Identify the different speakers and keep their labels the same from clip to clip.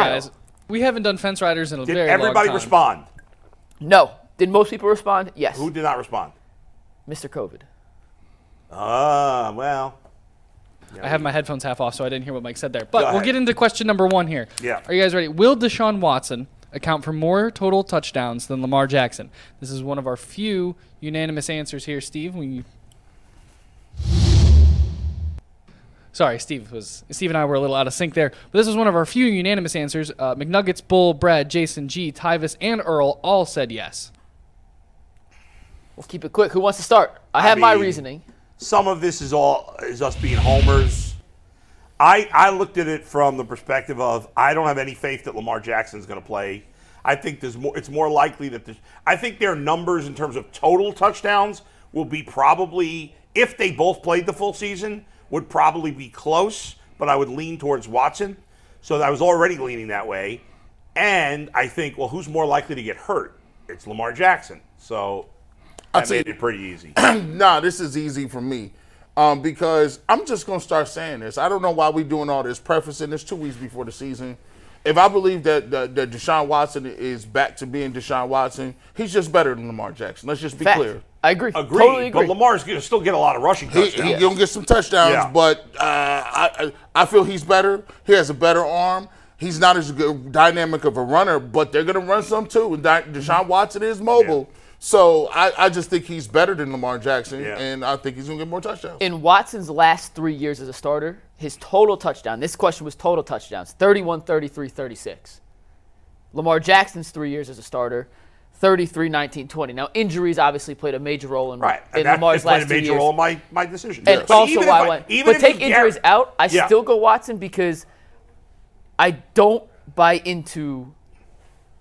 Speaker 1: guys, we haven't done fence riders in a
Speaker 2: Did
Speaker 1: very
Speaker 2: everybody
Speaker 1: long time.
Speaker 2: respond?
Speaker 3: No. Did most people respond? Yes.
Speaker 2: Who did not respond?
Speaker 3: Mr. COVID.
Speaker 2: Ah, well.
Speaker 1: I have my headphones half off, so I didn't hear what Mike said there. But we'll
Speaker 2: ahead.
Speaker 1: get into question number one here.
Speaker 2: Yeah.
Speaker 1: Are you guys ready? Will Deshaun Watson account for more total touchdowns than Lamar Jackson? This is one of our few unanimous answers here, Steve. We. Sorry, Steve was Steve and I were a little out of sync there. But this is one of our few unanimous answers. Uh, McNuggets, Bull, Brad, Jason, G, Tyvis, and Earl all said yes.
Speaker 3: Let's keep it quick. Who wants to start? I have my
Speaker 2: mean-
Speaker 3: reasoning.
Speaker 2: Some of this is all is us being homers. I I looked at it from the perspective of I don't have any faith that Lamar Jackson's going to play. I think there's more. It's more likely that there's. I think their numbers in terms of total touchdowns will be probably if they both played the full season would probably be close, but I would lean towards Watson. So I was already leaning that way, and I think well, who's more likely to get hurt? It's Lamar Jackson. So I
Speaker 4: tell
Speaker 2: made
Speaker 4: you-
Speaker 2: it pretty easy.
Speaker 4: nah, this is easy for me. Um, because I'm just gonna start saying this. I don't know why we're doing all this prefacing. It's two weeks before the season. If I believe that, that that Deshaun Watson is back to being Deshaun Watson, he's just better than Lamar Jackson. Let's just be
Speaker 3: Fact.
Speaker 4: clear.
Speaker 3: I agree.
Speaker 2: Agreed,
Speaker 3: Totally agree.
Speaker 2: but Lamar's going to still get a lot of rushing
Speaker 4: He,
Speaker 2: touchdowns.
Speaker 4: he gonna get some touchdowns,
Speaker 2: Yeah.
Speaker 4: but uh, I I I feel he's better. He has a better arm. He's not as good, dynamic of a runner, but they're gonna run some too. And Di- Deshaun Watson is mobile, so I, I just think he's better than Lamar Jackson,
Speaker 2: Yeah.
Speaker 4: and I think he's gonna get more touchdowns.
Speaker 3: in Watson's last three years as a starter, his total touchdown, this question was total touchdowns 31, 33, 36. Lamar Jackson's three years as a starter, 33, 19, 20. Now, injuries obviously played a major role in,
Speaker 2: Right.
Speaker 3: in
Speaker 2: and that it
Speaker 3: Lamar's
Speaker 2: played
Speaker 3: last
Speaker 2: a
Speaker 3: two
Speaker 2: major
Speaker 3: years.
Speaker 2: role in my, my decision.
Speaker 3: And
Speaker 2: But
Speaker 3: also,
Speaker 2: even
Speaker 3: why
Speaker 2: if
Speaker 3: I
Speaker 2: I-
Speaker 3: went.
Speaker 2: even
Speaker 3: but
Speaker 2: if you
Speaker 3: take injuries
Speaker 2: guar-
Speaker 3: out, I
Speaker 2: Yeah.
Speaker 3: still go Watson because I don't buy into.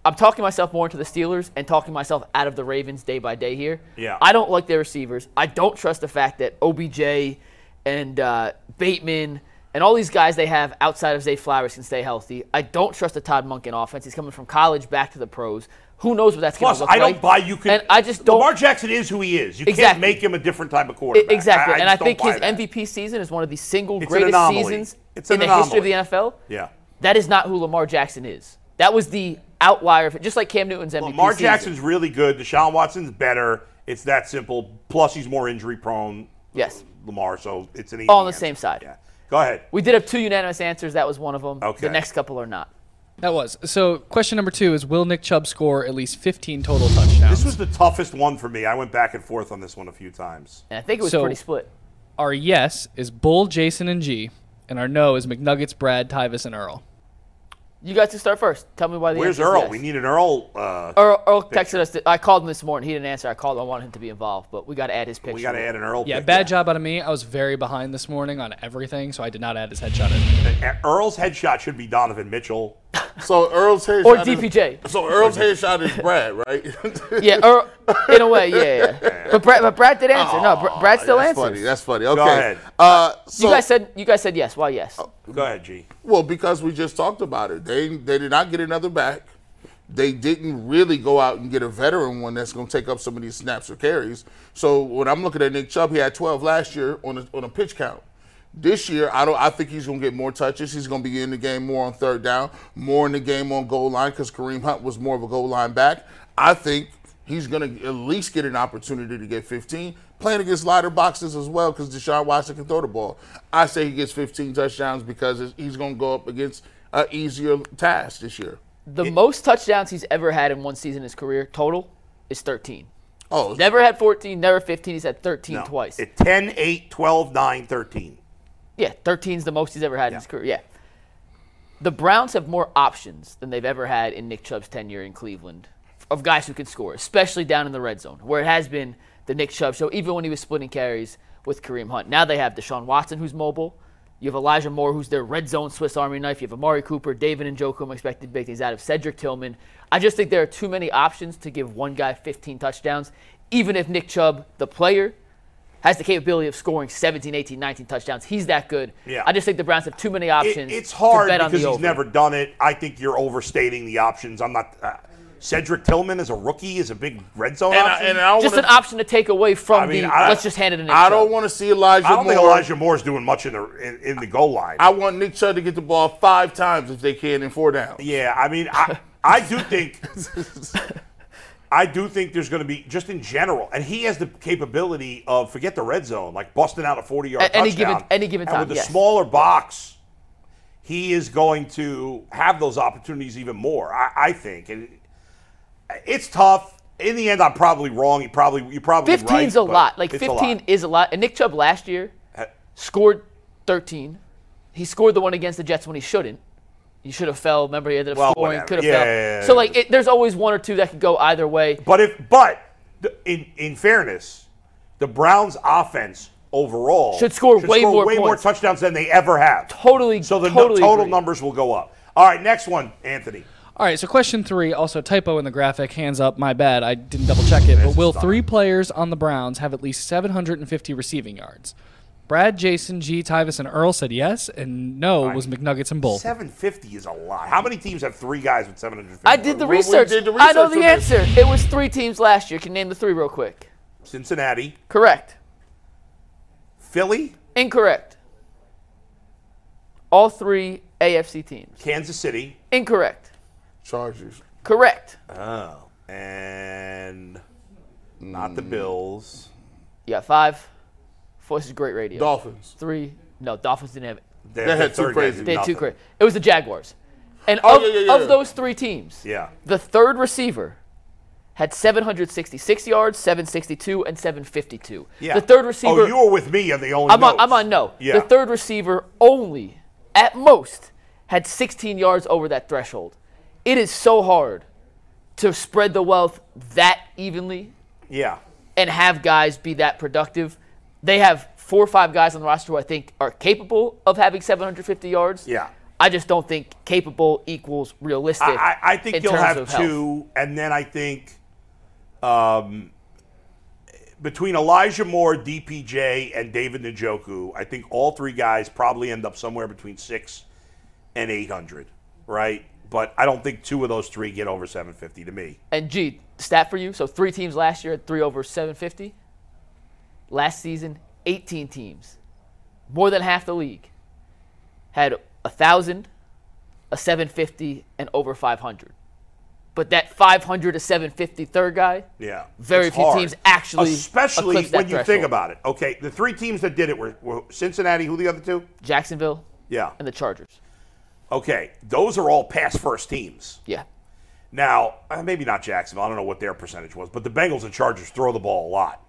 Speaker 3: I'm talking myself more into the Steelers and talking myself out of the Ravens day by day here.
Speaker 2: Yeah.
Speaker 3: I don't like their receivers. I don't trust the fact that OBJ and uh, Bateman and all these guys they have outside of Zay Flowers can stay healthy. I don't trust the Todd Munkin offense. He's coming from college back to the pros. Who knows what that's going
Speaker 2: Plus,
Speaker 3: to look
Speaker 2: I
Speaker 3: like?
Speaker 2: don't buy you can.
Speaker 3: And I just don't.
Speaker 2: Lamar Jackson is who he is. You can't
Speaker 3: Exactly.
Speaker 2: make him a different type of quarterback.
Speaker 3: I- E-, Exactly. and I
Speaker 2: just don't
Speaker 3: think
Speaker 2: buy
Speaker 3: his
Speaker 2: that.
Speaker 3: MVP season is one of the single
Speaker 2: It's an
Speaker 3: greatest
Speaker 2: anomaly.
Speaker 3: seasons
Speaker 2: It's
Speaker 3: in
Speaker 2: an
Speaker 3: the history of
Speaker 2: anomaly.
Speaker 3: the NFL.
Speaker 2: Yeah.
Speaker 3: That is not who Lamar Jackson is. That was the outlier of it, just like Cam Newton's MVP
Speaker 2: Lamar
Speaker 3: season.
Speaker 2: Jackson's really good. Deshaun Watson's better. It's that simple. Plus, he's more injury prone.
Speaker 3: Yes.
Speaker 2: Lamar, so it's an easy
Speaker 3: All on the
Speaker 2: answer.
Speaker 3: same side.
Speaker 2: Yeah. Go ahead.
Speaker 3: We did have two unanimous answers. That was one of them.
Speaker 2: Okay.
Speaker 3: The next couple are not.
Speaker 1: That was so. Question number two is: Will Nick Chubb score at least 15 total touchdowns?
Speaker 2: This was the toughest one for me. I went back and forth on this one a few times.
Speaker 3: And I think it was
Speaker 1: So-
Speaker 3: pretty split.
Speaker 1: Our yes is Bull, Jason, and G, and our no is McNuggets, Brad, Tyvis, and Earl.
Speaker 3: You guys can start first. Tell me why the
Speaker 2: Where's
Speaker 3: answer is
Speaker 2: Earl?
Speaker 3: yes.
Speaker 2: We need an Earl. Uh,
Speaker 3: Earl, Earl texted us. that- I called him this morning. He didn't answer. I called him. I wanted him to be involved, but we got to add his picture.
Speaker 2: we got to add an Earl.
Speaker 1: Yeah,
Speaker 2: pick.
Speaker 1: bad job out of me. I was very behind this morning on everything, so I did not add his headshot in.
Speaker 2: Earl's headshot should be Donovan Mitchell.
Speaker 4: So Earl's headshot
Speaker 3: Or
Speaker 4: is-
Speaker 3: DPJ.
Speaker 4: so Earl's headshot is Brad, right?
Speaker 3: Yeah, Earl, in a way, yeah. yeah. But, Brad, but Brad did answer. no, Br- Brad
Speaker 2: Oh,
Speaker 3: still
Speaker 4: that's
Speaker 3: answers.
Speaker 4: funny. That's funny. Okay.
Speaker 2: ahead.
Speaker 4: Uh, so,
Speaker 3: you guys said you guys said yes. Why yes?
Speaker 2: Go ahead, G.
Speaker 4: well, because we just talked about it, they they did not get another back. They didn't really go out and get a veteran one that's going to take up some of these snaps or carries. So when I'm looking at Nick Chubb, he had 12 last year on a, on a pitch count. This year, I don't. I think he's going to get more touches. He's going to be in the game more on third down, more in the game on goal line because Kareem Hunt was more of a goal line back. I think he's going to at least get an opportunity to get 15, playing against lighter boxes as well because Deshaun Watson can throw the ball. I say he gets 15 touchdowns because it's- he's going to go up against an easier task this year.
Speaker 3: The most touchdowns he's ever had in one season in his career total is 13.
Speaker 4: Oh,
Speaker 3: Never had 14, never 15. He's had 13
Speaker 2: No.
Speaker 3: twice.
Speaker 2: At 10, 8, 12, 9, 13.
Speaker 3: yeah, 13 is the most he's ever had in his career. Yeah. The Browns have more options than they've ever had in Nick Chubb's tenure in Cleveland of guys who can score, especially down in the red zone, where it has been the Nick Chubb show, even when he was splitting carries with Kareem Hunt. Now they have Deshaun Watson, who's mobile. You have Elijah Moore, who's their red zone Swiss Army knife. You have Amari Cooper, David and Jokum expected big things out of Cedric Tillman. I just think there are too many options to give one guy 15 touchdowns, even if Nick Chubb, the player, has the capability of scoring 17, 18, 19 touchdowns. He's that good.
Speaker 2: Yeah.
Speaker 3: I just think the Browns have too many
Speaker 2: It-
Speaker 3: options.
Speaker 2: it's hard
Speaker 3: to bet on
Speaker 2: because
Speaker 3: the
Speaker 2: he's
Speaker 3: over.
Speaker 2: never done it. I think you're overstating the options. I'm not. Uh, Cedric Tillman as a rookie is a big red zone
Speaker 4: And I,
Speaker 2: option.
Speaker 4: and I
Speaker 3: Just
Speaker 4: wanna,
Speaker 3: an option to take away from
Speaker 2: I mean,
Speaker 3: the.
Speaker 2: I-
Speaker 3: let's just hand it in.
Speaker 4: I don't want to see Elijah
Speaker 2: I don't
Speaker 4: Moore.
Speaker 2: think Elijah Moore's doing much in the in, in the goal line.
Speaker 4: I want Nick Chubb to get the ball five times if they can in four downs.
Speaker 2: yeah, I mean, I I do think I do think there's going to be just in general, and he has the capability of forget the red zone, like busting out a 40 yard
Speaker 3: At any given-
Speaker 2: touchdown.
Speaker 3: any given
Speaker 2: and
Speaker 3: time,
Speaker 2: with a
Speaker 3: yes.
Speaker 2: smaller box, he is going to have those opportunities even more. I, I think, and it's tough. In the end, I'm probably wrong. You probably you probably
Speaker 3: 15's
Speaker 2: right,
Speaker 3: a
Speaker 2: but
Speaker 3: lot. Like
Speaker 2: it's
Speaker 3: 15
Speaker 2: a lot. Uh,
Speaker 3: is a lot. And Nick Chubb last year scored 13. He scored the one against the Jets when he shouldn't. He should have fell. Remember, he ended up
Speaker 2: Well,
Speaker 3: scoring.
Speaker 2: whatever.
Speaker 3: Could have
Speaker 2: Yeah,
Speaker 3: fell.
Speaker 2: yeah, yeah,
Speaker 3: so
Speaker 2: yeah.
Speaker 3: like, it, there's always one or two that could go either way.
Speaker 2: But if but the, in in fairness, the Browns' offense overall
Speaker 3: Should score way more points.
Speaker 2: touchdowns than they ever have.
Speaker 3: Totally-
Speaker 2: So the no-
Speaker 3: totally
Speaker 2: total
Speaker 3: agree.
Speaker 2: numbers will go up. All right, next one, Anthony.
Speaker 1: All right, so question three, also typo in the graphic, hands up, my bad, I didn't double check it. But will three players on the Browns have at least 750 receiving yards? Brad, Jason, G, Tyvis, and Earl said yes, and no was McNuggets and Bull.
Speaker 2: 750 is a lot. How many teams have three guys with 750?
Speaker 3: I did the
Speaker 4: we
Speaker 3: research.
Speaker 4: did the
Speaker 3: I know
Speaker 4: research
Speaker 3: the
Speaker 4: on this.
Speaker 3: answer. It was three teams last year. Can name the three real quick.
Speaker 2: Cincinnati,
Speaker 3: Correct.
Speaker 2: Philly,
Speaker 3: Incorrect. All three AFC teams.
Speaker 2: Kansas City,
Speaker 3: Incorrect.
Speaker 4: Chargers.
Speaker 3: Correct.
Speaker 2: oh, and not the
Speaker 4: Hmm.
Speaker 2: Bills.
Speaker 3: You got five. Voice is great radio.
Speaker 4: Dolphins.
Speaker 3: three. No, Dolphins didn't have it.
Speaker 4: They had
Speaker 2: the
Speaker 4: two
Speaker 2: third guy
Speaker 4: crazy-
Speaker 2: did
Speaker 3: They had two
Speaker 2: nothing.
Speaker 3: great. It was the Jaguars. And
Speaker 4: Oh,
Speaker 3: of,
Speaker 4: yeah, yeah, yeah,
Speaker 3: of
Speaker 4: yeah.
Speaker 3: those three teams,
Speaker 2: Yeah.
Speaker 3: the third receiver had 766 yards, 762, and 752.
Speaker 2: Yeah.
Speaker 3: The third receiver.
Speaker 2: Oh, you were with me on the only.
Speaker 3: I'm, on, I'm
Speaker 2: notes.
Speaker 3: on no.
Speaker 2: Yeah.
Speaker 3: The third receiver only, at most, had 16 yards over that threshold. It is so hard to spread the wealth that evenly
Speaker 2: Yeah.
Speaker 3: and have guys be that productive. They have four or five guys on the roster who I think are capable of having 750 yards.
Speaker 2: Yeah.
Speaker 3: I just don't think capable equals realistic.
Speaker 2: I, I I think
Speaker 3: in
Speaker 2: you'll
Speaker 3: terms
Speaker 2: have
Speaker 3: of health.
Speaker 2: two, and then I think um, between Elijah Moore, DPJ, and David Njoku, I think all three guys probably end up somewhere between six and eight hundred, right? But I don't think two of those three get over seven fifty to me.
Speaker 3: And gee, stat for you. So three teams last year at three over 750. Last season, 18 teams, more than half the league, had a thousand, a 750, and over 500. But that 500 to 750 third guy,
Speaker 2: Yeah,
Speaker 3: Very
Speaker 2: It's
Speaker 3: few
Speaker 2: hard.
Speaker 3: teams actually
Speaker 2: especially when you
Speaker 3: eclipse that
Speaker 2: think
Speaker 3: threshold.
Speaker 2: about it. Okay, the three teams that did it were, were Cincinnati. Who the other two?
Speaker 3: Jacksonville,
Speaker 2: Yeah.
Speaker 3: and the Chargers.
Speaker 2: Okay, those are all pass first teams.
Speaker 3: Yeah.
Speaker 2: Now, uh, maybe not Jacksonville. I don't know what their percentage was, but the Bengals and Chargers throw the ball a lot.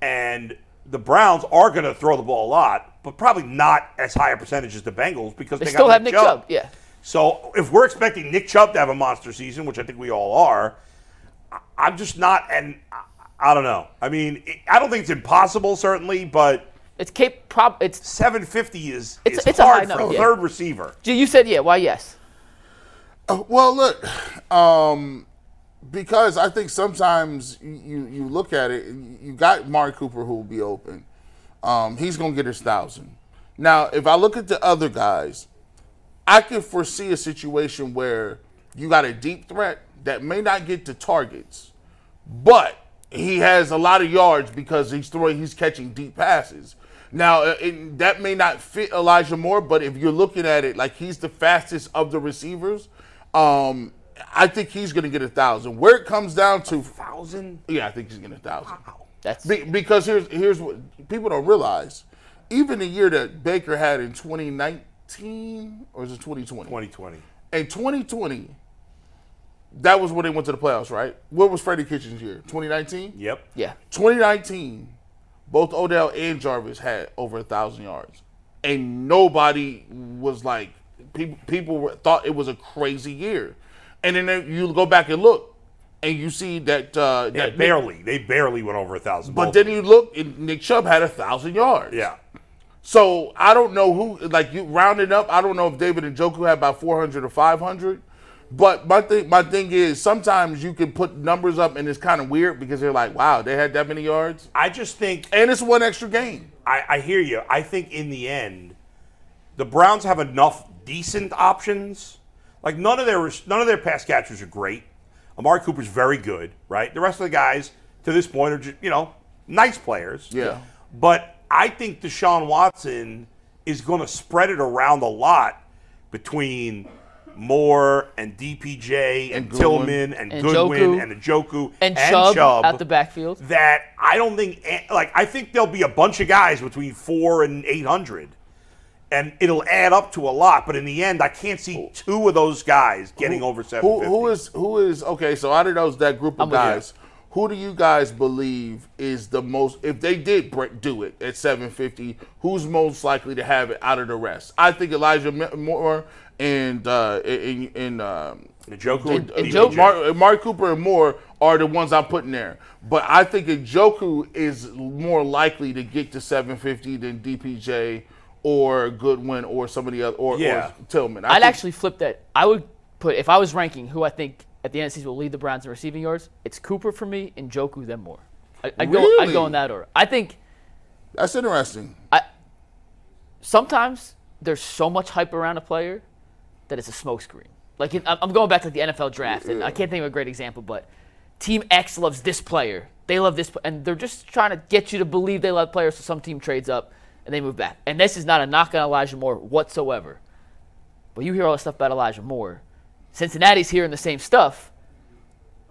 Speaker 2: And the Browns are going to throw the ball a lot, but probably not as high a percentage as the Bengals because they,
Speaker 3: They
Speaker 2: got
Speaker 3: still have Nick Chubb. Yeah.
Speaker 2: So if we're expecting Nick Chubb to have a monster season, which I think we all are, I- I'm just not. And I- I don't know. I mean, it- I don't think it's impossible, certainly, but
Speaker 3: It's cap prob it's
Speaker 2: 750 is,
Speaker 3: It's-
Speaker 2: is
Speaker 3: it's a
Speaker 2: hard
Speaker 3: high
Speaker 2: for
Speaker 3: number,
Speaker 2: a
Speaker 3: yeah.
Speaker 2: third receiver.
Speaker 3: Gee, you said yeah, why yes.
Speaker 4: Uh, Well, look, um, because I think sometimes you- you, you look at it, you you got Mari Cooper who will be open. Um, he's going to get his thousand. Now, if I look at the other guys, I can foresee a situation where you got a deep threat that may not get to targets, but he has a lot of yards because he's throwing, he's catching deep passes. Now, uh, it, that may not fit Elijah Moore, but if you're looking at it like he's the fastest of the receivers, um, I think he's going to get a thousand. Where it comes down to,
Speaker 2: Thousand?
Speaker 4: yeah, I think he's going to a thousand.
Speaker 3: That's
Speaker 4: Be- because here's here's what people don't realize. Even the year that Baker had in 2019 or is it 2020?
Speaker 2: 2020.
Speaker 4: In 2020, that was when they went to the playoffs, right? What was Freddie Kitchens' year? 2019.
Speaker 2: Yep.
Speaker 3: yeah.
Speaker 4: 2019, both Odell and Jarvis had over a thousand yards, and nobody was like people. People were, thought it was a crazy year, and then they- you go back and look, and you see that uh,
Speaker 2: Yeah,
Speaker 4: that
Speaker 2: barely. They barely went over a thousand.
Speaker 4: But then you look, and Nick Chubb had a thousand yards.
Speaker 2: yeah,
Speaker 4: So I don't know who, like you rounded up. I don't know if David and Joku had about four hundred or five hundred. But my thing, my thing is sometimes you can put numbers up, and it's kind of weird because they're like, wow, they had that many yards,
Speaker 2: I just think
Speaker 4: and it's one extra game.
Speaker 2: I, I hear you. I think in the end, the Browns have enough decent options. Like none of their none of their pass catchers are great. Amari Cooper's very good, right? The rest of the guys to this point are just, you know, nice players.
Speaker 4: Yeah.
Speaker 2: But I think Deshaun Watson is going to spread it around a lot between Moore and DPJ and,
Speaker 4: And Goodwin.
Speaker 2: Tillman and,
Speaker 3: And
Speaker 2: Goodwin
Speaker 3: Njoku.
Speaker 2: and Njoku
Speaker 3: And, Chubb, out the backfield.
Speaker 2: that I don't think like I think there'll be a bunch of guys between four and eight hundred, and it'll add up to a lot. But in the end, I can't see two of those guys getting over seven
Speaker 4: Who,
Speaker 2: fifty.
Speaker 4: who is who is okay? So out of those that group of
Speaker 3: with you.
Speaker 4: guys, who do you guys believe is the most? If they did break, do it at 750, who's most likely to have it out of the rest? I think Elijah Mi- Moore and uh, and, and um,
Speaker 2: Njoku and,
Speaker 3: and
Speaker 2: DPJ.
Speaker 3: Joe-
Speaker 4: Mark, Mark Cooper and Moore are the ones I'm putting there. But I think Njoku is more likely to get to 750 than DPJ or Goodwin or somebody else or,
Speaker 2: Yeah.
Speaker 4: or Tillman. I
Speaker 3: I'd
Speaker 4: think-
Speaker 3: actually flip that. I would put if I was ranking who I think at the end of the season will lead the Browns in receiving yards. It's Cooper for me and Joku then Moore. I, I go. I
Speaker 4: Really?
Speaker 3: go in that order. I think
Speaker 4: that's interesting.
Speaker 3: sometimes there's so much hype around a player that it's a smokescreen. Like it, I'm I'm going back to the NFL draft, and I can't think of a great example, but Team X loves this player. They love this, pl- and they're just trying to get you to believe they love players. So some team trades up and they move back. And this is not a knock on Elijah Moore whatsoever. But you hear all this stuff about Elijah Moore. Cincinnati's hearing the same stuff.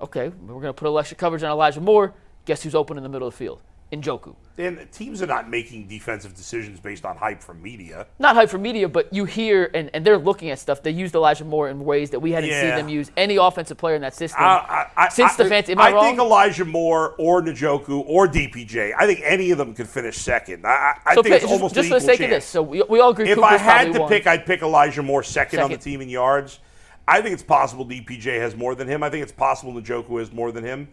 Speaker 3: Okay, we're going to put a little extra coverage on Elijah Moore. Guess who's open in the middle of the field? Njoku.
Speaker 2: and teams are not making defensive decisions based on hype from media.
Speaker 3: not hype for media, but you hear and, and they're looking at stuff. They used Elijah Moore in ways that we hadn't seen
Speaker 2: Yeah.
Speaker 3: them use any offensive player in that system.
Speaker 2: I, I, I,
Speaker 3: Since
Speaker 2: I,
Speaker 3: the fans- am I wrong?
Speaker 2: think Elijah Moore or Njoku or DPJ. I think any of them could finish second. I, I, I
Speaker 3: so
Speaker 2: think
Speaker 3: pick,
Speaker 2: it's
Speaker 3: just,
Speaker 2: almost
Speaker 3: just
Speaker 2: an
Speaker 3: for
Speaker 2: equal
Speaker 3: the sake
Speaker 2: chance.
Speaker 3: of this, so we, we all agree.
Speaker 2: If
Speaker 3: Cooper's
Speaker 2: I had
Speaker 3: probably
Speaker 2: to
Speaker 3: one.
Speaker 2: pick, I'd pick Elijah Moore second, on the
Speaker 3: Second.
Speaker 2: team in yards. I think it's possible DPJ has more than him. I think it's possible Njoku has more than him.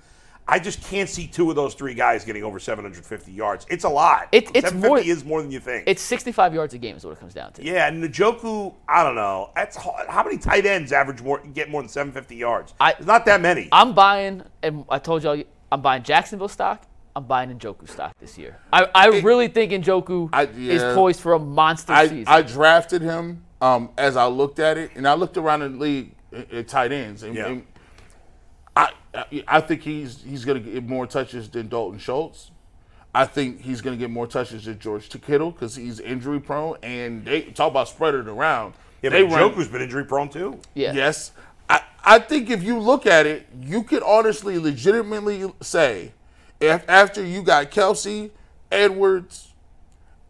Speaker 2: I just can't see two of those three guys getting over 750 yards. It's a lot.
Speaker 3: It- it's
Speaker 2: 750
Speaker 3: more-
Speaker 2: is more than you think.
Speaker 3: it's 65 yards a game is what it comes down to.
Speaker 2: yeah, and Njoku, I don't know. That's hard. how many tight ends average more get more than 750 yards.
Speaker 3: I-
Speaker 2: It's not that many.
Speaker 3: I'm buying, and I told y'all, I'm buying Jacksonville stock. I'm buying Njoku stock this year. I, I really think Njoku
Speaker 4: I-
Speaker 3: is
Speaker 4: yeah.
Speaker 3: poised for a monster
Speaker 4: I,
Speaker 3: season.
Speaker 4: I drafted him um, as I looked at it, and I looked around the league at, at tight ends, and,
Speaker 2: Yeah.
Speaker 4: and I, I I think he's he's going to get more touches than Dalton Schultz. I think he's going to get more touches than George Kittle because he's injury prone, and they talk about spreading it around.
Speaker 2: yeah,
Speaker 4: they
Speaker 2: but Njoku's been injury prone too.
Speaker 3: yeah.
Speaker 4: Yes. I, I think if you look at it, you could honestly, legitimately say, if after you got Kelsey, Edwards,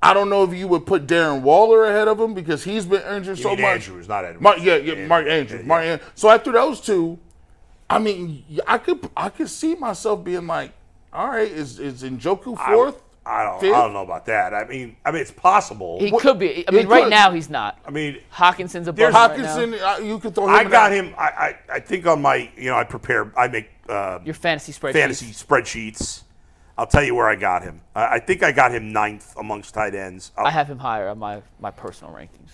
Speaker 4: I don't know if you would put Darren Waller ahead of him because he's been injured so
Speaker 2: mean
Speaker 4: much.
Speaker 2: Andrews, not Edwards.
Speaker 4: Mark, yeah, yeah,
Speaker 2: Andrews.
Speaker 4: Mark Andrews.
Speaker 2: Yeah,
Speaker 4: Mark An- So after those two, I mean, I could I could see myself being like, all right, is is Njoku
Speaker 2: I-
Speaker 4: fourth?
Speaker 2: I, don't
Speaker 4: Fifth?
Speaker 2: I don't know about that. I mean, I mean it's possible.
Speaker 3: He
Speaker 4: What-
Speaker 3: could be. I
Speaker 4: He
Speaker 3: mean, right
Speaker 4: could.
Speaker 3: now he's not.
Speaker 2: I mean,
Speaker 3: Hawkinson's a
Speaker 2: There's-
Speaker 3: bust
Speaker 4: Hawkinson,
Speaker 3: Right now.
Speaker 4: I- you could throw him.
Speaker 2: I
Speaker 4: in
Speaker 2: got
Speaker 4: that-
Speaker 2: him. I, I, I think on my, you know, I prepare, I make uh,
Speaker 3: Your fantasy spreadsheet.
Speaker 2: fantasy spreadsheets. I'll tell you where I got him. I, I think I got him ninth amongst tight ends. I'll,
Speaker 3: I have him higher on my, my personal rankings.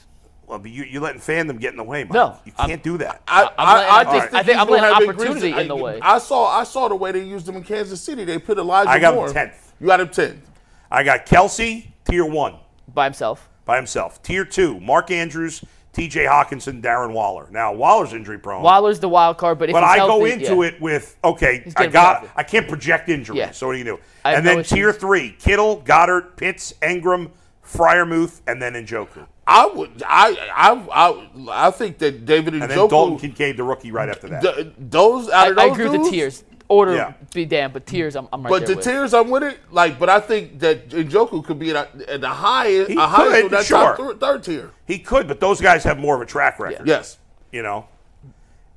Speaker 2: well, but you, you're letting fandom get in the way, Mike.
Speaker 3: No,
Speaker 2: you
Speaker 3: I'm-
Speaker 2: can't do that.
Speaker 4: I,
Speaker 3: I'm
Speaker 4: I-
Speaker 3: letting-
Speaker 4: I
Speaker 3: I
Speaker 4: just
Speaker 3: think- I
Speaker 4: think
Speaker 3: think
Speaker 4: he's
Speaker 3: I'm
Speaker 4: gonna
Speaker 3: letting
Speaker 4: have big
Speaker 3: opportunity
Speaker 4: reason.
Speaker 3: in the
Speaker 4: I-
Speaker 3: way.
Speaker 4: I saw I saw the way they used him in Kansas City. They put Elijah.
Speaker 2: I got him
Speaker 4: Moore.
Speaker 2: 10th.
Speaker 4: You got him tenth.
Speaker 2: I got Kelsey, tier one,
Speaker 3: By himself.
Speaker 2: by himself. Tier two, Mark Andrews, TJ Hawkinson, Darren Waller. Now, Waller's injury prone.
Speaker 3: Waller's the wild card, but if
Speaker 2: But
Speaker 3: he's
Speaker 2: I
Speaker 3: healthy,
Speaker 2: go into
Speaker 3: yeah.
Speaker 2: it with okay,
Speaker 3: He's
Speaker 2: I
Speaker 3: gonna be
Speaker 2: got
Speaker 3: healthy.
Speaker 2: I can't project injuries,
Speaker 3: Yeah.
Speaker 2: so what do you do?
Speaker 3: I have
Speaker 2: And
Speaker 3: no
Speaker 2: then tier
Speaker 3: issues.
Speaker 2: three, Kittle, Goddard, Pitts, Engram, Fryermuth, and then Njoku.
Speaker 4: I would. I I I, I think that David and,
Speaker 2: And then Dalton Kincaid, the rookie, right after that.
Speaker 4: those out
Speaker 3: I,
Speaker 4: of
Speaker 3: I
Speaker 4: those
Speaker 3: agree with
Speaker 4: dudes,
Speaker 3: the tiers. Order
Speaker 2: Yeah.
Speaker 3: be damned, but tiers, I'm, I'm right
Speaker 4: But
Speaker 3: there
Speaker 4: the
Speaker 3: with.
Speaker 4: tiers, I'm with it. Like, but I think that Njoku could be at, a- at the highest,
Speaker 2: He
Speaker 4: a highest
Speaker 2: could,
Speaker 4: of that
Speaker 2: sure.
Speaker 4: top thir- third tier.
Speaker 2: He could, but those guys have more of a track record.
Speaker 4: Yes.
Speaker 2: You know?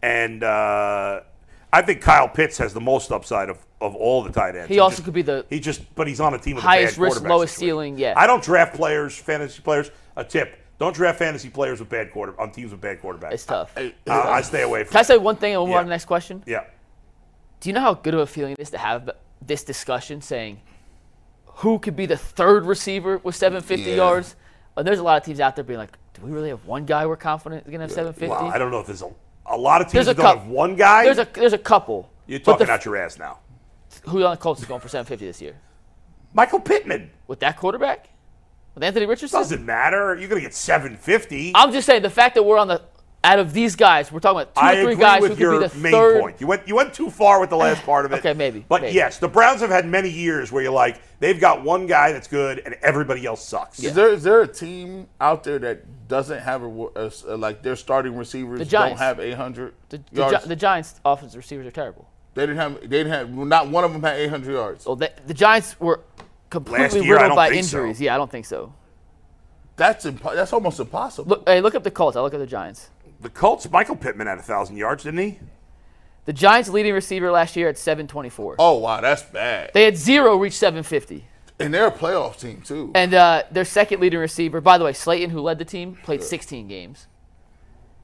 Speaker 2: And uh, I think Kyle Pitts has the most upside of, of all the tight ends.
Speaker 3: He also
Speaker 2: just-
Speaker 3: could be the
Speaker 2: he just but he's on a team with a
Speaker 3: highest
Speaker 2: bad
Speaker 3: risk,
Speaker 2: quarterback
Speaker 3: lowest
Speaker 2: situation.
Speaker 3: ceiling, yeah.
Speaker 2: I don't draft players, fantasy players. A tip. Don't draft fantasy players with bad quarter on teams with bad quarterbacks.
Speaker 3: It's tough. Can
Speaker 2: I, I stay away from
Speaker 3: I say one thing and we'll move
Speaker 2: Yeah.
Speaker 3: on to the next question?
Speaker 2: Yeah.
Speaker 3: Do you know how good of a feeling it is to have this discussion saying who could be the third receiver with 750
Speaker 4: Yeah.
Speaker 3: yards? And there's a lot of teams out there being like, do we really have one guy we're confident is going to have 750?
Speaker 2: Wow, I don't know if there's a, a lot of teams
Speaker 3: There's a
Speaker 2: that don't
Speaker 3: coup-
Speaker 2: have one guy.
Speaker 3: There's a there's a couple.
Speaker 2: You're
Speaker 3: But
Speaker 2: talking
Speaker 3: the,
Speaker 2: out your ass now.
Speaker 3: who on the Colts is going for 750 this year?
Speaker 2: Michael Pittman.
Speaker 3: With that quarterback? With Anthony Richardson?
Speaker 2: Doesn't matter. You're gonna get seven fifty.
Speaker 3: I'm just saying the fact that we're on the out of these guys, we're talking about two
Speaker 2: I
Speaker 3: or three
Speaker 2: agree
Speaker 3: guys who
Speaker 2: with
Speaker 3: could
Speaker 2: your
Speaker 3: be the
Speaker 2: main
Speaker 3: third.
Speaker 2: point. You went you went too far with the last part of it.
Speaker 3: Okay, maybe,
Speaker 2: But
Speaker 3: maybe.
Speaker 2: yes, the Browns have had many years where you're like they've got one guy that's good and everybody else sucks.
Speaker 4: Is there is there a team out there that doesn't have a, wo- a s- a- like their starting receivers
Speaker 3: The
Speaker 4: don't
Speaker 3: Giants.
Speaker 4: have 800
Speaker 3: The, the,
Speaker 4: yards?
Speaker 3: Gi- the Giants' offensive receivers are terrible.
Speaker 4: they didn't have they didn't have well, not one of them had 800 yards. Oh,
Speaker 3: Well, the, the Giants were completely
Speaker 2: year, I
Speaker 3: riddled
Speaker 2: don't
Speaker 3: by
Speaker 2: think so.
Speaker 3: injuries. Yeah, I don't think so.
Speaker 4: That's impo- that's almost impossible.
Speaker 3: Look, hey, look up the Colts. I look at the Giants.
Speaker 2: The Colts, Michael Pittman had a thousand yards, didn't he?
Speaker 3: The Giants' leading receiver last year at 724.
Speaker 4: oh wow, that's bad.
Speaker 3: They had zero reach 750.
Speaker 4: and they're a playoff team too.
Speaker 3: And uh, their second leading receiver, by the way, Slayton, who led the team, played 16 games.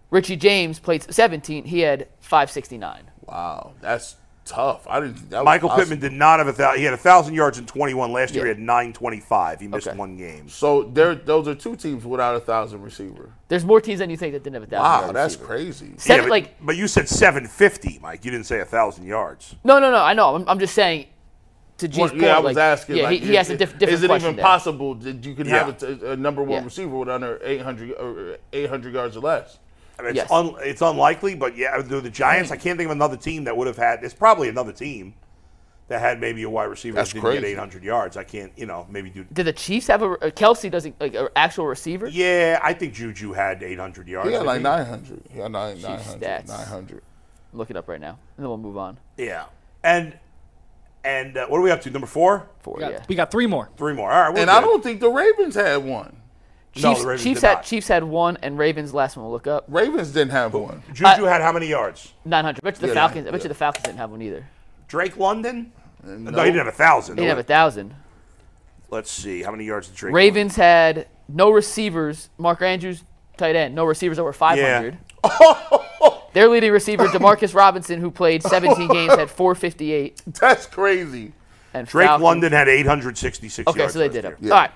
Speaker 3: Richie James played 17. He had 569.
Speaker 4: wow, that's tough. I didn't. think That was
Speaker 2: Michael
Speaker 4: possible.
Speaker 2: Pittman did not have a thousand. He had a thousand yards in 21 last year.
Speaker 3: Yeah.
Speaker 2: He had 925. He missed
Speaker 3: Okay.
Speaker 2: one game.
Speaker 4: So there, those are two teams without a thousand receiver.
Speaker 3: There's more teams than you think that didn't have a thousand.
Speaker 4: Wow,
Speaker 3: yard
Speaker 4: that's
Speaker 3: receiver.
Speaker 4: crazy.
Speaker 3: Seven,
Speaker 2: but,
Speaker 3: like
Speaker 2: but you said 750, Mike. You didn't say a thousand yards.
Speaker 3: no, no, no. I know. I'm, I'm just saying. To G's
Speaker 4: Well,
Speaker 3: point,
Speaker 4: yeah, I was
Speaker 3: like,
Speaker 4: asking.
Speaker 3: Yeah,
Speaker 4: like,
Speaker 3: he, he has a
Speaker 4: is-
Speaker 3: diff- different
Speaker 4: Is it
Speaker 3: question
Speaker 4: even
Speaker 3: there.
Speaker 4: possible that you can
Speaker 2: Yeah.
Speaker 4: have a t- a, number one
Speaker 3: Yeah.
Speaker 4: receiver with under 800 or 800 yards or less?
Speaker 2: I mean, it's,
Speaker 3: Yes.
Speaker 2: un- it's unlikely, but yeah, the, the Giants. I can't think of another team that would have had. It's probably another team that had maybe a wide receiver
Speaker 4: That's
Speaker 2: that didn't get
Speaker 4: crazy.
Speaker 2: 800 yards. I can't, you know, maybe do.
Speaker 3: Did the Chiefs have a, a Kelsey doesn't like an actual receiver?
Speaker 2: Yeah, I think Juju had 800 yards.
Speaker 4: He got
Speaker 2: I
Speaker 4: like
Speaker 2: think.
Speaker 4: 900. Yeah, nine, 900.
Speaker 3: stats.
Speaker 4: 900.
Speaker 3: I'm looking up right now, and then we'll move on.
Speaker 2: Yeah, and and uh, what are we up to? Number four,
Speaker 3: Four,
Speaker 1: We got,
Speaker 3: yeah.
Speaker 1: we got three more.
Speaker 2: three more. All right, we're
Speaker 4: And I
Speaker 2: good.
Speaker 4: don't think the Ravens had one.
Speaker 2: No, the
Speaker 3: Chiefs,
Speaker 2: Ravens
Speaker 3: Chiefs
Speaker 2: did
Speaker 3: had
Speaker 2: not.
Speaker 3: Chiefs had one, and Ravens last one. We'll look up
Speaker 4: Ravens didn't have one.
Speaker 2: Juju had how many yards?
Speaker 3: 900. I bet you the
Speaker 4: Yeah,
Speaker 3: Falcons. I bet
Speaker 4: yeah.
Speaker 3: you the Falcons didn't have one either.
Speaker 2: Drake London?
Speaker 4: Uh,
Speaker 2: No, he didn't have a thousand.
Speaker 3: They didn't have a thousand.
Speaker 2: Let's see how many yards did Drake.
Speaker 3: Ravens had no receivers. Mark Andrews, tight end, no receivers over 500. Their leading receiver, Demarcus Robinson, who played 17 games, had 458.
Speaker 4: That's crazy.
Speaker 3: And
Speaker 2: Drake
Speaker 3: Falcons-
Speaker 2: London had 866
Speaker 3: Okay,
Speaker 2: yards.
Speaker 3: so they
Speaker 2: last
Speaker 3: did
Speaker 2: year.
Speaker 3: it. All right,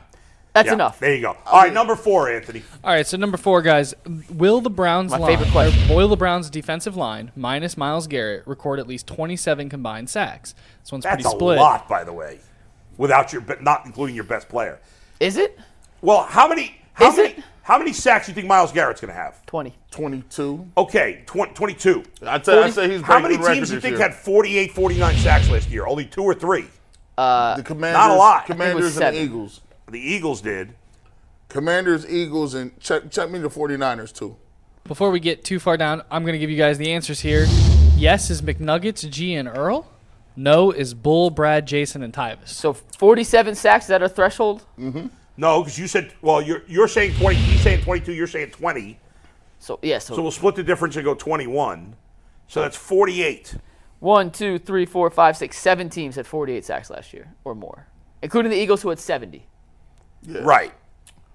Speaker 3: that's
Speaker 2: Yeah,
Speaker 3: enough.
Speaker 2: There you go. All right, number four, Anthony.
Speaker 1: All right, so number four, guys. Will the Browns
Speaker 3: My
Speaker 1: line,
Speaker 3: favorite question.
Speaker 1: or Will the Browns defensive line minus Miles Garrett record at least 27 combined sacks? This one's
Speaker 2: That's a
Speaker 1: pretty split.
Speaker 2: lot, by the way, without your be- not including your best player.
Speaker 3: Is it
Speaker 2: Well, how many? How
Speaker 3: Is
Speaker 2: many?
Speaker 3: it?
Speaker 2: How many sacks do you think Miles Garrett's going to have?
Speaker 3: 20?
Speaker 4: 22.
Speaker 2: Okay, tw- 22.
Speaker 4: I tell I say he's
Speaker 2: How
Speaker 4: breaking
Speaker 2: many
Speaker 4: the record
Speaker 2: teams do you
Speaker 4: this
Speaker 2: think
Speaker 4: year.
Speaker 2: had 48, 49 sacks last year? Only two or three.
Speaker 4: the Commanders,
Speaker 2: Uh, lot. I think it
Speaker 3: was
Speaker 4: Commanders and
Speaker 3: seven.
Speaker 4: Eagles.
Speaker 2: The Eagles did.
Speaker 4: Commanders, Eagles, and check, check me the 49ers too.
Speaker 1: Before we get too far down, I'm going to give you guys the answers here. Yes is McNuggets, G, and Earl. No is Bull, Brad, Jason, and Tyvus.
Speaker 3: So 47 sacks. Is that a threshold?
Speaker 2: No, because you said. Well, you're you're saying 20. He's saying 22. You're saying 20.
Speaker 3: So yeah.
Speaker 2: So
Speaker 3: So,
Speaker 2: we'll split the difference and go 21. So that's 48.
Speaker 3: one, two, three, four, five, six, seven teams had 48 sacks last year or more, including the Eagles, who had 70.
Speaker 2: Right.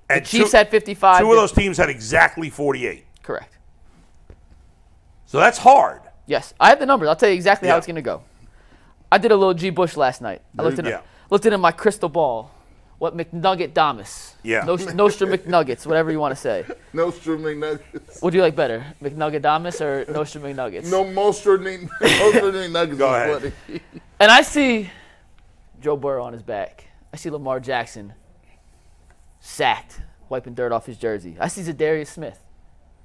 Speaker 2: And
Speaker 3: Chiefs
Speaker 2: two,
Speaker 3: had 55.
Speaker 2: two of those teams had exactly 48.
Speaker 3: Correct.
Speaker 2: So that's hard.
Speaker 3: Yes, I have the numbers. I'll tell you exactly
Speaker 2: Yeah.
Speaker 3: how it's going to go. I did a little G Bush last night. I looked in,
Speaker 2: Yeah.
Speaker 3: looked in my crystal ball. What McNugget Damas?
Speaker 2: Yeah.
Speaker 3: Nos- Nostra McNuggets, whatever you want to say.
Speaker 4: No streaming nuggets.
Speaker 3: What do you like better, McNugget Damas or Nostra McNuggets?
Speaker 4: No monster name. Monster name nuggets.
Speaker 2: Go
Speaker 4: is
Speaker 2: ahead.
Speaker 4: funny.
Speaker 3: And I see Joe Burrow on his back. I see Lamar Jackson sacked, wiping dirt off his jersey. I see Zadarius Smith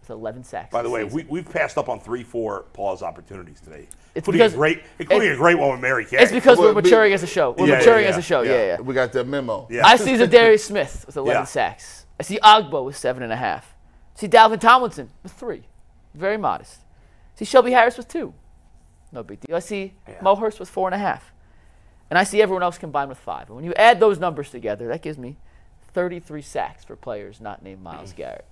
Speaker 3: with 11 sacks.
Speaker 2: By the
Speaker 3: this
Speaker 2: way,
Speaker 3: season.
Speaker 2: we, we've passed up on three, four pause opportunities today.
Speaker 3: It's
Speaker 2: including a
Speaker 3: because-
Speaker 2: great, including
Speaker 3: it-
Speaker 2: a great one with Mary Kay.
Speaker 3: it's because
Speaker 4: Well,
Speaker 3: we're
Speaker 4: be-
Speaker 3: maturing as a show. We're
Speaker 2: Yeah, yeah,
Speaker 3: maturing
Speaker 2: yeah,
Speaker 3: as a show.
Speaker 2: yeah.
Speaker 3: Yeah, yeah.
Speaker 4: We got that memo.
Speaker 2: Yeah.
Speaker 3: I see Zadarius Smith with 11
Speaker 2: Yeah.
Speaker 3: sacks. I see Ogbo with seven and a half. I see Dalvin Tomlinson with three, very modest. I see Shelby Harris with two, no big deal. I see Mo Hurst with four and a half, and I see everyone else combined with five. And when you add those numbers together, that gives me 33 sacks for players not named Miles
Speaker 4: Mm.
Speaker 3: Garrett.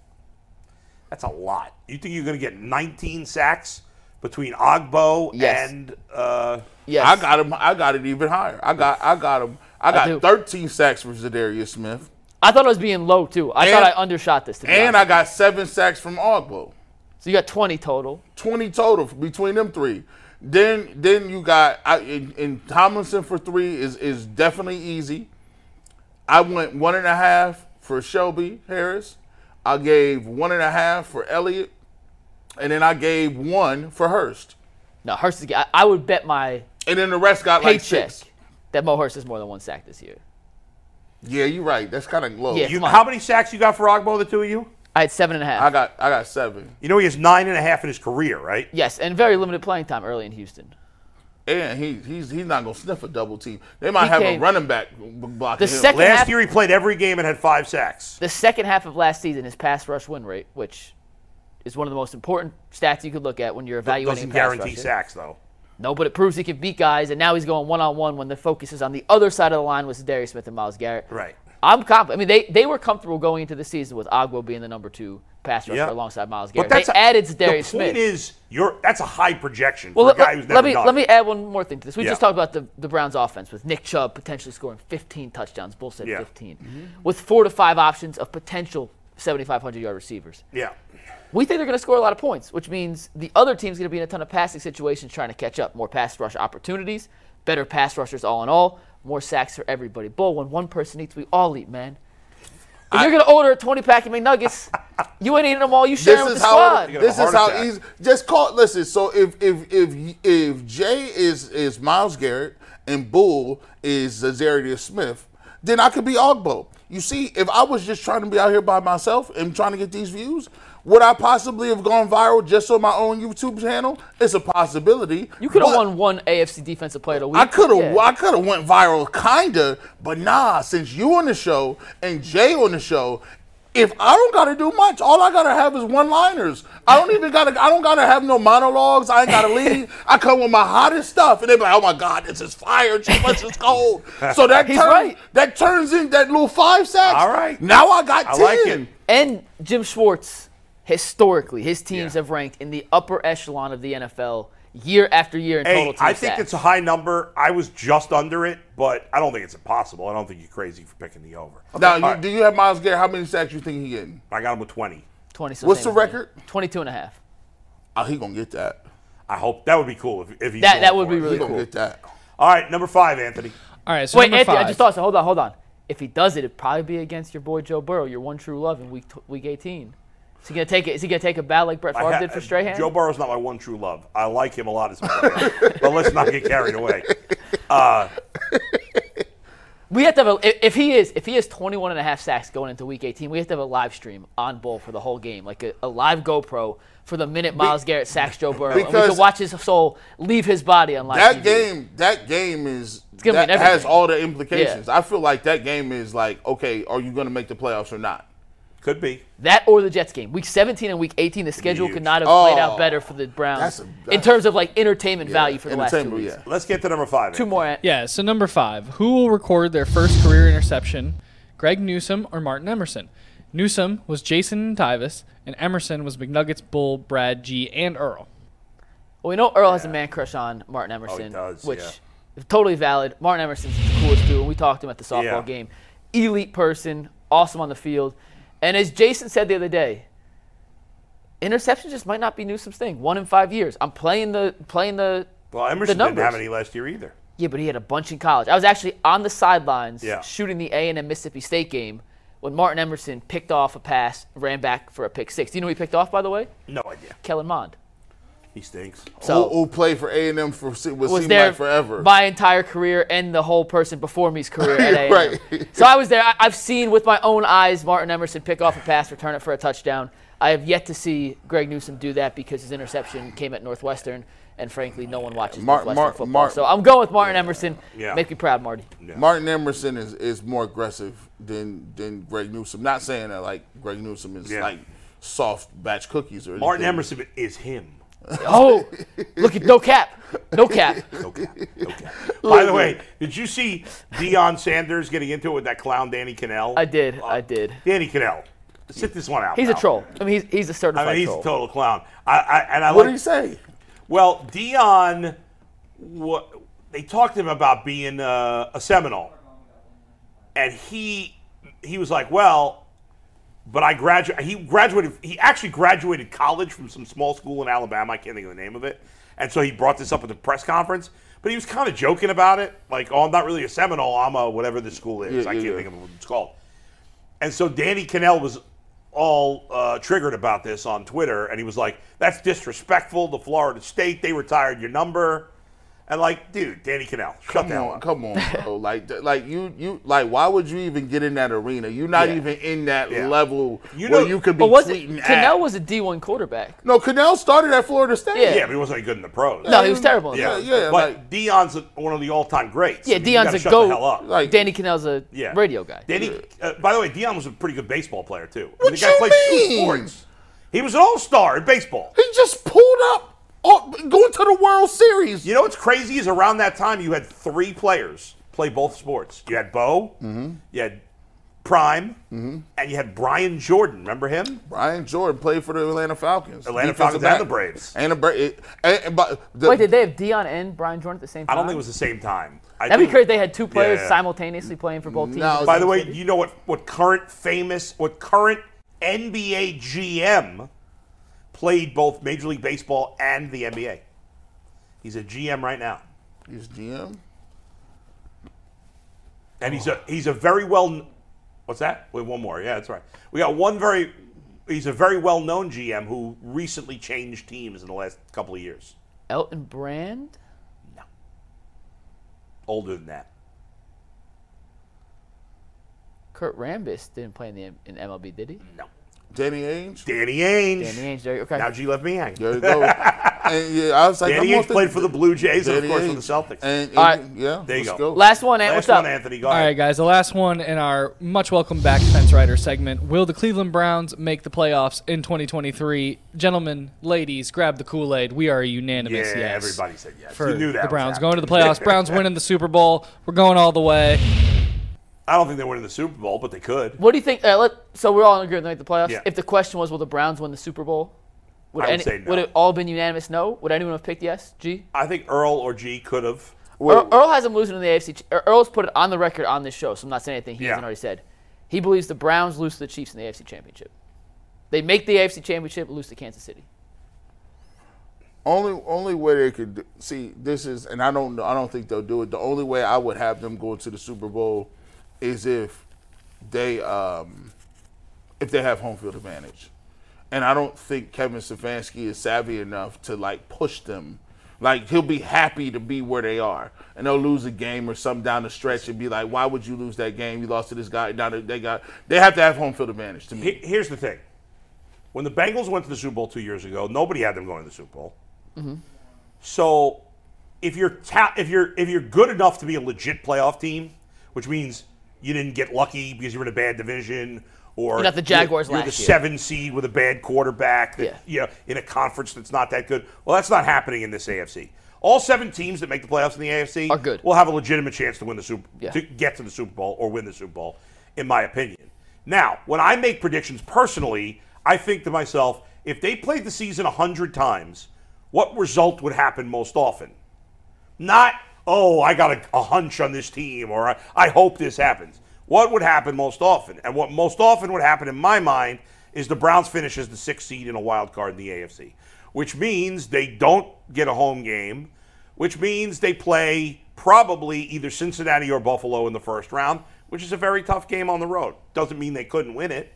Speaker 2: That's a lot. You think you're going to get 19 sacks between Ogbo
Speaker 3: Yes.
Speaker 2: and uh,
Speaker 3: Yes,
Speaker 4: I got him. I got it even higher. I got. I got him. I got
Speaker 3: do.
Speaker 4: 13 sacks for Zadarius Smith,
Speaker 3: I thought I was being low too. I
Speaker 4: And-
Speaker 3: thought I undershot this. To be
Speaker 4: and I
Speaker 3: honest.
Speaker 4: got seven sacks from Ogbo.
Speaker 3: so you got 20 total.
Speaker 4: 20 total between them three. Then, then you got I, and, and Tomlinson for three is is definitely easy. I went one and a half for Shelby Harris. I gave one and a half for Elliott, and then I gave one for Hurst.
Speaker 3: No, Hurst is. I, I would bet my
Speaker 4: And then the rest got like
Speaker 3: paycheck
Speaker 4: six.
Speaker 3: that Mo Hurst is more than one sack this year.
Speaker 4: Yeah, you're right. That's kind of low.
Speaker 3: Yeah.
Speaker 2: you?
Speaker 3: Come on.
Speaker 2: How many sacks you got for Ogbo? The two of you?
Speaker 3: I had seven and a half.
Speaker 4: I got I got seven,
Speaker 2: You know he has nine and a half in his career, right?
Speaker 3: yes, and very limited playing time early in Houston.
Speaker 4: and he he's he's not gonna sniff a double team. They might
Speaker 3: He
Speaker 4: have
Speaker 3: came-
Speaker 4: a running back b- blocking
Speaker 3: The
Speaker 4: him.
Speaker 3: second half,
Speaker 2: Last year he played every game and had five sacks.
Speaker 3: the second half of last season, his pass rush win rate, which is one of the most important stats you could look at when you're evaluating
Speaker 2: Doesn't
Speaker 3: a pass
Speaker 2: guarantee
Speaker 3: rusher.
Speaker 2: sacks though.
Speaker 3: No, but it proves he can beat guys, and now he's going one on one when the focus is on the other side of the line with Darius Smith and Miles Garrett.
Speaker 2: Right.
Speaker 3: I'm comp. I mean, they, they were comfortable going into the season with Agbo being the number two pass rusher
Speaker 2: Yeah.
Speaker 3: alongside Miles
Speaker 2: But
Speaker 3: Garrett.
Speaker 2: that's
Speaker 3: They
Speaker 2: a,
Speaker 3: added
Speaker 2: The
Speaker 3: Darius
Speaker 2: point
Speaker 3: Smith.
Speaker 2: is, you're that's a high projection
Speaker 3: well,
Speaker 2: for a
Speaker 3: let,
Speaker 2: guy who's
Speaker 3: let
Speaker 2: never
Speaker 3: me
Speaker 2: done
Speaker 3: let
Speaker 2: it.
Speaker 3: me add one more thing to this. We
Speaker 2: Yeah.
Speaker 3: just talked about the, the Browns' offense with Nick Chubb potentially scoring 15 touchdowns. Bull said
Speaker 2: Yeah.
Speaker 3: 15, with four to five options of potential 7,500 yard receivers.
Speaker 2: Yeah,
Speaker 3: We think they're going to score a lot of points, which means the other team's going to be in a ton of passing situations trying to catch up. More pass rush opportunities, better pass rushers all in all, more sacks for everybody. Bull, when one person eats, we all eat, man. If you're going to order a 20 pack of McNuggets, you ain't eating them all. You share them with the
Speaker 4: how
Speaker 3: squad.
Speaker 2: You're
Speaker 4: this
Speaker 2: gonna have
Speaker 4: is
Speaker 2: a heart
Speaker 4: how
Speaker 2: attack.
Speaker 4: easy. Just call. Listen. So if if if if Jay is is Miles Garrett and Bull is Zarius Smith, then I could be Ogbo. You see, if I was just trying to be out here by myself and trying to get these views, would I possibly have gone viral just on my own YouTube channel? It's a possibility.
Speaker 3: you could have
Speaker 4: but-
Speaker 3: won one AFC defensive player of the week.
Speaker 4: I could have
Speaker 3: Yeah.
Speaker 4: I could have went viral kinda, but nah, since you on the show and Jay on the show, if I don't gotta do much, all I gotta have is one liners. I don't even gotta I don't gotta have no monologues. I ain't gotta lead. I come with my hottest stuff and they be like, oh my god, this is fire, too much is cold. So that
Speaker 3: He's
Speaker 4: turns
Speaker 3: right.
Speaker 4: that turns in that little five sacks.
Speaker 2: All right.
Speaker 4: Now I got
Speaker 2: I
Speaker 4: ten.
Speaker 2: like it.
Speaker 3: And Jim Schwartz, historically, his teams
Speaker 2: Yeah.
Speaker 3: have ranked in the upper echelon of the NFL year after year in total
Speaker 2: hey,
Speaker 3: team
Speaker 2: I think
Speaker 3: sacks.
Speaker 2: it's a high number. I was just under it, but I don't think it's impossible. I don't think you're crazy for picking the over.
Speaker 4: Now
Speaker 2: All
Speaker 4: you,
Speaker 2: right,
Speaker 4: do you have Miles Garrett? How many sacks you think he getting?
Speaker 2: I got him with 20.
Speaker 3: 20 so
Speaker 4: What's
Speaker 3: same
Speaker 4: the
Speaker 3: as me.
Speaker 4: record?
Speaker 3: 22 and a half.
Speaker 4: Oh, he gonna get that.
Speaker 2: I hope that would be cool if, if he's
Speaker 3: That-
Speaker 2: going
Speaker 3: that would
Speaker 2: for
Speaker 3: be
Speaker 2: it.
Speaker 4: He
Speaker 3: really
Speaker 4: gonna
Speaker 3: cool.
Speaker 4: get that.
Speaker 2: All right, number five, Anthony.
Speaker 1: All right, so
Speaker 3: Wait,
Speaker 1: number
Speaker 3: Anthony, I
Speaker 1: five.
Speaker 3: just thought so. Hold on, hold on. If he does it, it'd probably be against your boy Joe Burrow, your one true love in week t- week 18. Is he gonna take it? Is he gonna take a bat like Brett
Speaker 2: I
Speaker 3: Favre
Speaker 2: ha-
Speaker 3: did for Strahan?
Speaker 2: Joe Burrow's not my one true love. I like him a lot as a player, but let's not get carried away. Uh,
Speaker 3: we have to have a, if- if he is if he has 21 and a half sacks going into week 18, we have to have a live stream on Bull for the whole game, like a, a live GoPro for the minute Miles Garrett sacks Joe Burrow, and we
Speaker 4: because-
Speaker 3: can watch his soul leave his body on live. TV.
Speaker 4: that game that game is
Speaker 3: gonna
Speaker 4: that
Speaker 3: mean
Speaker 4: has
Speaker 3: everything.
Speaker 4: all the implications i feel like that game is like okay are you going to make the playoffs or not
Speaker 2: could be.
Speaker 3: That or the Jets game. Week 17 and week 18, the schedule
Speaker 2: Huge.
Speaker 3: could not have
Speaker 4: Oh,
Speaker 3: played out better for the Browns
Speaker 4: that's a-
Speaker 3: in
Speaker 4: that's-
Speaker 3: terms of like entertainment value for the last two
Speaker 4: Entertainment,
Speaker 3: weeks.
Speaker 4: yeah.
Speaker 2: Let's get to number five.
Speaker 3: Two
Speaker 2: Anthony.
Speaker 3: more.
Speaker 1: Yeah, so number five. Who will record their first career interception, Greg Newsom or Martin Emerson? Newsom was Jason Tyvis, and Emerson was McNuggets, Bull, Brad, G, and Earl.
Speaker 3: Well, we know Earl has a man crush on Martin Emerson,
Speaker 2: Oh, does,
Speaker 3: which
Speaker 2: yeah.
Speaker 3: is totally valid. Martin Emerson's the coolest dude. We talked to him at the softball
Speaker 2: Yeah.
Speaker 3: game. Elite person, awesome on the field. And as Jason said the other day, interception just might not be Newsom's thing. One in five years. I'm playing the playing the
Speaker 2: Well, Emerson
Speaker 3: The
Speaker 2: didn't have
Speaker 3: numbers.
Speaker 2: any last year either.
Speaker 3: Yeah, but he had a bunch in college. I was actually on the sidelines
Speaker 2: Yeah.
Speaker 3: shooting the A and M Mississippi State game when Martin Emerson picked off a pass, ran back for a pick six. Do you know who he picked off, by the way?
Speaker 2: No idea.
Speaker 3: Kellen Mond.
Speaker 2: He stinks.
Speaker 3: So
Speaker 4: who, who played for a&m for was seemed
Speaker 3: was there
Speaker 4: like forever
Speaker 3: my entire career and the whole person before me's career at A&M.
Speaker 4: Right.
Speaker 3: So I was there. I, I've seen with my own eyes Martin Emerson pick off a pass, return it for a touchdown. I have yet to see Greg Newsom do that because his interception came at Northwestern, and frankly, no one watches
Speaker 4: Mar-
Speaker 3: Northwestern
Speaker 4: Mar-
Speaker 3: football.
Speaker 4: Mar-
Speaker 3: so I'm going with Martin Emerson.
Speaker 2: Yeah.
Speaker 3: Make me proud, Marty.
Speaker 4: martin emerson is, is more aggressive than than greg newsom not saying that like greg newsom is
Speaker 2: Yeah.
Speaker 4: like soft batch cookies or
Speaker 2: Martin
Speaker 4: anything.
Speaker 2: Emerson is him.
Speaker 3: Oh, look at no cap, no cap.
Speaker 2: Okay. Okay. By the way, did you see Deion Sanders getting into it with that clown Danny Cannell?
Speaker 3: I did, I did.
Speaker 2: Danny Cannell. Sit this one out.
Speaker 3: He's a
Speaker 2: pal.
Speaker 3: troll. I mean, he's, he's a certified
Speaker 2: I mean, he's
Speaker 3: troll.
Speaker 2: a total clown. I, I and I
Speaker 4: what
Speaker 2: like.
Speaker 4: did he say
Speaker 2: Well, Dion, what they talked to him about being uh, a Seminole, and he he was like, well, but I graduated. He graduated. He actually graduated college from some small school in Alabama. I can't think of the name of it. And so he brought this up at the press conference, but he was kind of joking about it, like, "Oh, I'm not really a Seminole. I'm a whatever the school is.
Speaker 4: Yeah,
Speaker 2: I
Speaker 4: yeah,
Speaker 2: can't
Speaker 4: yeah.
Speaker 2: think of what it's called." And so Danny Cannell was all uh, triggered about this on Twitter, and he was like, "That's disrespectful to Florida State. They retired your number." And like, dude, Danny Canal, shut
Speaker 4: Come
Speaker 2: that
Speaker 4: on,
Speaker 2: up.
Speaker 4: come on, bro. Like, th- like you, you, like, why would you even get in that arena? You're not
Speaker 3: Yeah.
Speaker 4: even in that
Speaker 2: Yeah.
Speaker 4: level
Speaker 2: You know-
Speaker 4: where you could be
Speaker 3: But was it,
Speaker 4: tweeting.
Speaker 3: Cannell
Speaker 4: at.
Speaker 3: was a D1 quarterback.
Speaker 4: no, Cannell started at Florida State.
Speaker 3: Yeah.
Speaker 2: Yeah, but he wasn't any good in the pros.
Speaker 3: No, he was terrible. in
Speaker 2: Yeah,
Speaker 3: that.
Speaker 4: yeah,
Speaker 2: But
Speaker 4: like-
Speaker 2: Dion's one of the all-time greats.
Speaker 3: Yeah,
Speaker 2: I mean, you
Speaker 3: Dion's
Speaker 2: gotta
Speaker 3: a
Speaker 2: shut
Speaker 3: goat.
Speaker 2: The hell up.
Speaker 4: Like,
Speaker 3: Danny Cannell's a
Speaker 2: Yeah.
Speaker 3: radio guy.
Speaker 2: Danny, uh, by the way, Dion was a pretty good baseball player too.
Speaker 4: What
Speaker 2: the guy
Speaker 4: you
Speaker 2: played two
Speaker 4: mean?
Speaker 2: sports. He was an all-star in baseball.
Speaker 4: he just pulled up, oh, going to the World Series.
Speaker 2: You know what's crazy is around that time you had three players play both sports. You had Bo,
Speaker 3: Mm-hmm.
Speaker 2: you had Prime, and you had Brian Jordan. Remember him?
Speaker 4: Brian Jordan played for the Atlanta Falcons.
Speaker 2: Atlanta
Speaker 4: Defensive
Speaker 2: Falcons and
Speaker 4: back.
Speaker 2: the Braves.
Speaker 4: And the Braves. And, and, but the,
Speaker 3: Wait, did they have Dion and Brian Jordan at the same time?
Speaker 2: I don't think it was the same time. I
Speaker 3: That'd be
Speaker 2: think-
Speaker 3: crazy. if They had two players
Speaker 2: Yeah.
Speaker 3: simultaneously playing for both teams.
Speaker 4: No,
Speaker 3: in
Speaker 2: By the
Speaker 3: same
Speaker 2: way,
Speaker 3: city.
Speaker 2: you know what? What current famous? What current NBA GM played both Major League Baseball and the NBA? He's a GM right now,
Speaker 4: He's GM.
Speaker 2: and he's a he's a very well. What's that? Wait, one more. Yeah, that's right. We got one very. He's a very well known GM who recently changed teams in the last couple of years.
Speaker 3: Elton Brand.
Speaker 2: Older than that.
Speaker 3: Kurt Rambis didn't play in the M- in MLB, did he?
Speaker 2: No.
Speaker 4: Danny Ainge.
Speaker 2: Danny Ainge.
Speaker 3: Danny Ainge. There, okay.
Speaker 2: Now G left me hanging.
Speaker 4: There you go. and yeah, I was like,
Speaker 2: Danny
Speaker 4: I'm
Speaker 2: Ainge played for the Blue Jays and of course for
Speaker 4: with
Speaker 2: the Celtics.
Speaker 4: And, and,
Speaker 3: All right.
Speaker 4: yeah,
Speaker 2: There you
Speaker 4: let's
Speaker 2: go.
Speaker 3: Last one, Ant.
Speaker 2: Last
Speaker 3: what's up?
Speaker 2: one, Anthony. Go
Speaker 1: All
Speaker 2: ahead.
Speaker 1: right, guys, the last one in our much welcome back fence rider segment. Will the Cleveland Browns make the playoffs in 2023? Gentlemen, ladies, grab the Kool Aid. We are a
Speaker 2: Yeah,
Speaker 1: unanimous yes.
Speaker 2: everybody said yes.
Speaker 1: For
Speaker 2: you knew that.
Speaker 1: the
Speaker 2: was
Speaker 1: Browns
Speaker 2: happening.
Speaker 1: going to the playoffs. Browns winning the Super Bowl. We're going all the way.
Speaker 2: I don't think they're winning the Super Bowl, but they could.
Speaker 3: What do you think? Uh, let, so we're all in agreement like the playoffs.
Speaker 2: Yeah.
Speaker 3: If the question was, will the Browns win the Super Bowl? Would,
Speaker 2: I would say no.
Speaker 3: would it all been unanimous no? Would anyone have picked yes? G.
Speaker 2: I think Earl or G could have.
Speaker 3: Earl, Earl has him losing in the AFC. Ch- Er- Earl's put it on the record on this show, so I'm not saying anything he
Speaker 2: Yeah.
Speaker 3: hasn't already said. He believes the Browns lose to the Chiefs in the AFC Championship. They make the AFC Championship, lose to Kansas City.
Speaker 4: Only only way they could do, see this is, and I don't know, I don't think they'll do it. The only way I would have them go to the Super Bowl is if they um, if they have home field advantage, and I don't think Kevin Stefanski is savvy enough to like push them. Like he'll be happy to be where they are, and they'll lose a game or something down the stretch and be like, "Why would you lose that game? You lost to this guy." Now that they got, they have to have home field advantage to me.
Speaker 2: He- Here's the thing: when the Bengals went to the Super Bowl two years ago, nobody had them going to the Super Bowl.
Speaker 3: Mm-hmm.
Speaker 2: So, if you're ta- if you're if you're good enough to be a legit playoff team, which means you didn't get lucky because you were in a bad division, or
Speaker 3: You're not the Jaguars
Speaker 2: you're, you're
Speaker 3: last
Speaker 2: the
Speaker 3: year.
Speaker 2: seven seed with a bad quarterback, that,
Speaker 3: Yeah.
Speaker 2: you know, in a conference that's not that good. Well, that's not happening in this AFC. All seven teams that make the playoffs in the AFC
Speaker 3: Are good.
Speaker 2: will have a legitimate chance to win the Super
Speaker 3: Yeah.
Speaker 2: to get to the Super Bowl or win the Super Bowl, in my opinion. Now, when I make predictions personally, I think to myself, if they played the season hundred times, what result would happen most often? Not, oh, I got a, a hunch on this team or I, I hope this happens. What would happen most often? And what most often would happen in my mind is the Browns finish as the sixth seed in a wild card in the AFC, which means they don't get a home game, which means they play probably either Cincinnati or Buffalo in the first round, which is a very tough game on the road. Doesn't mean they couldn't win it.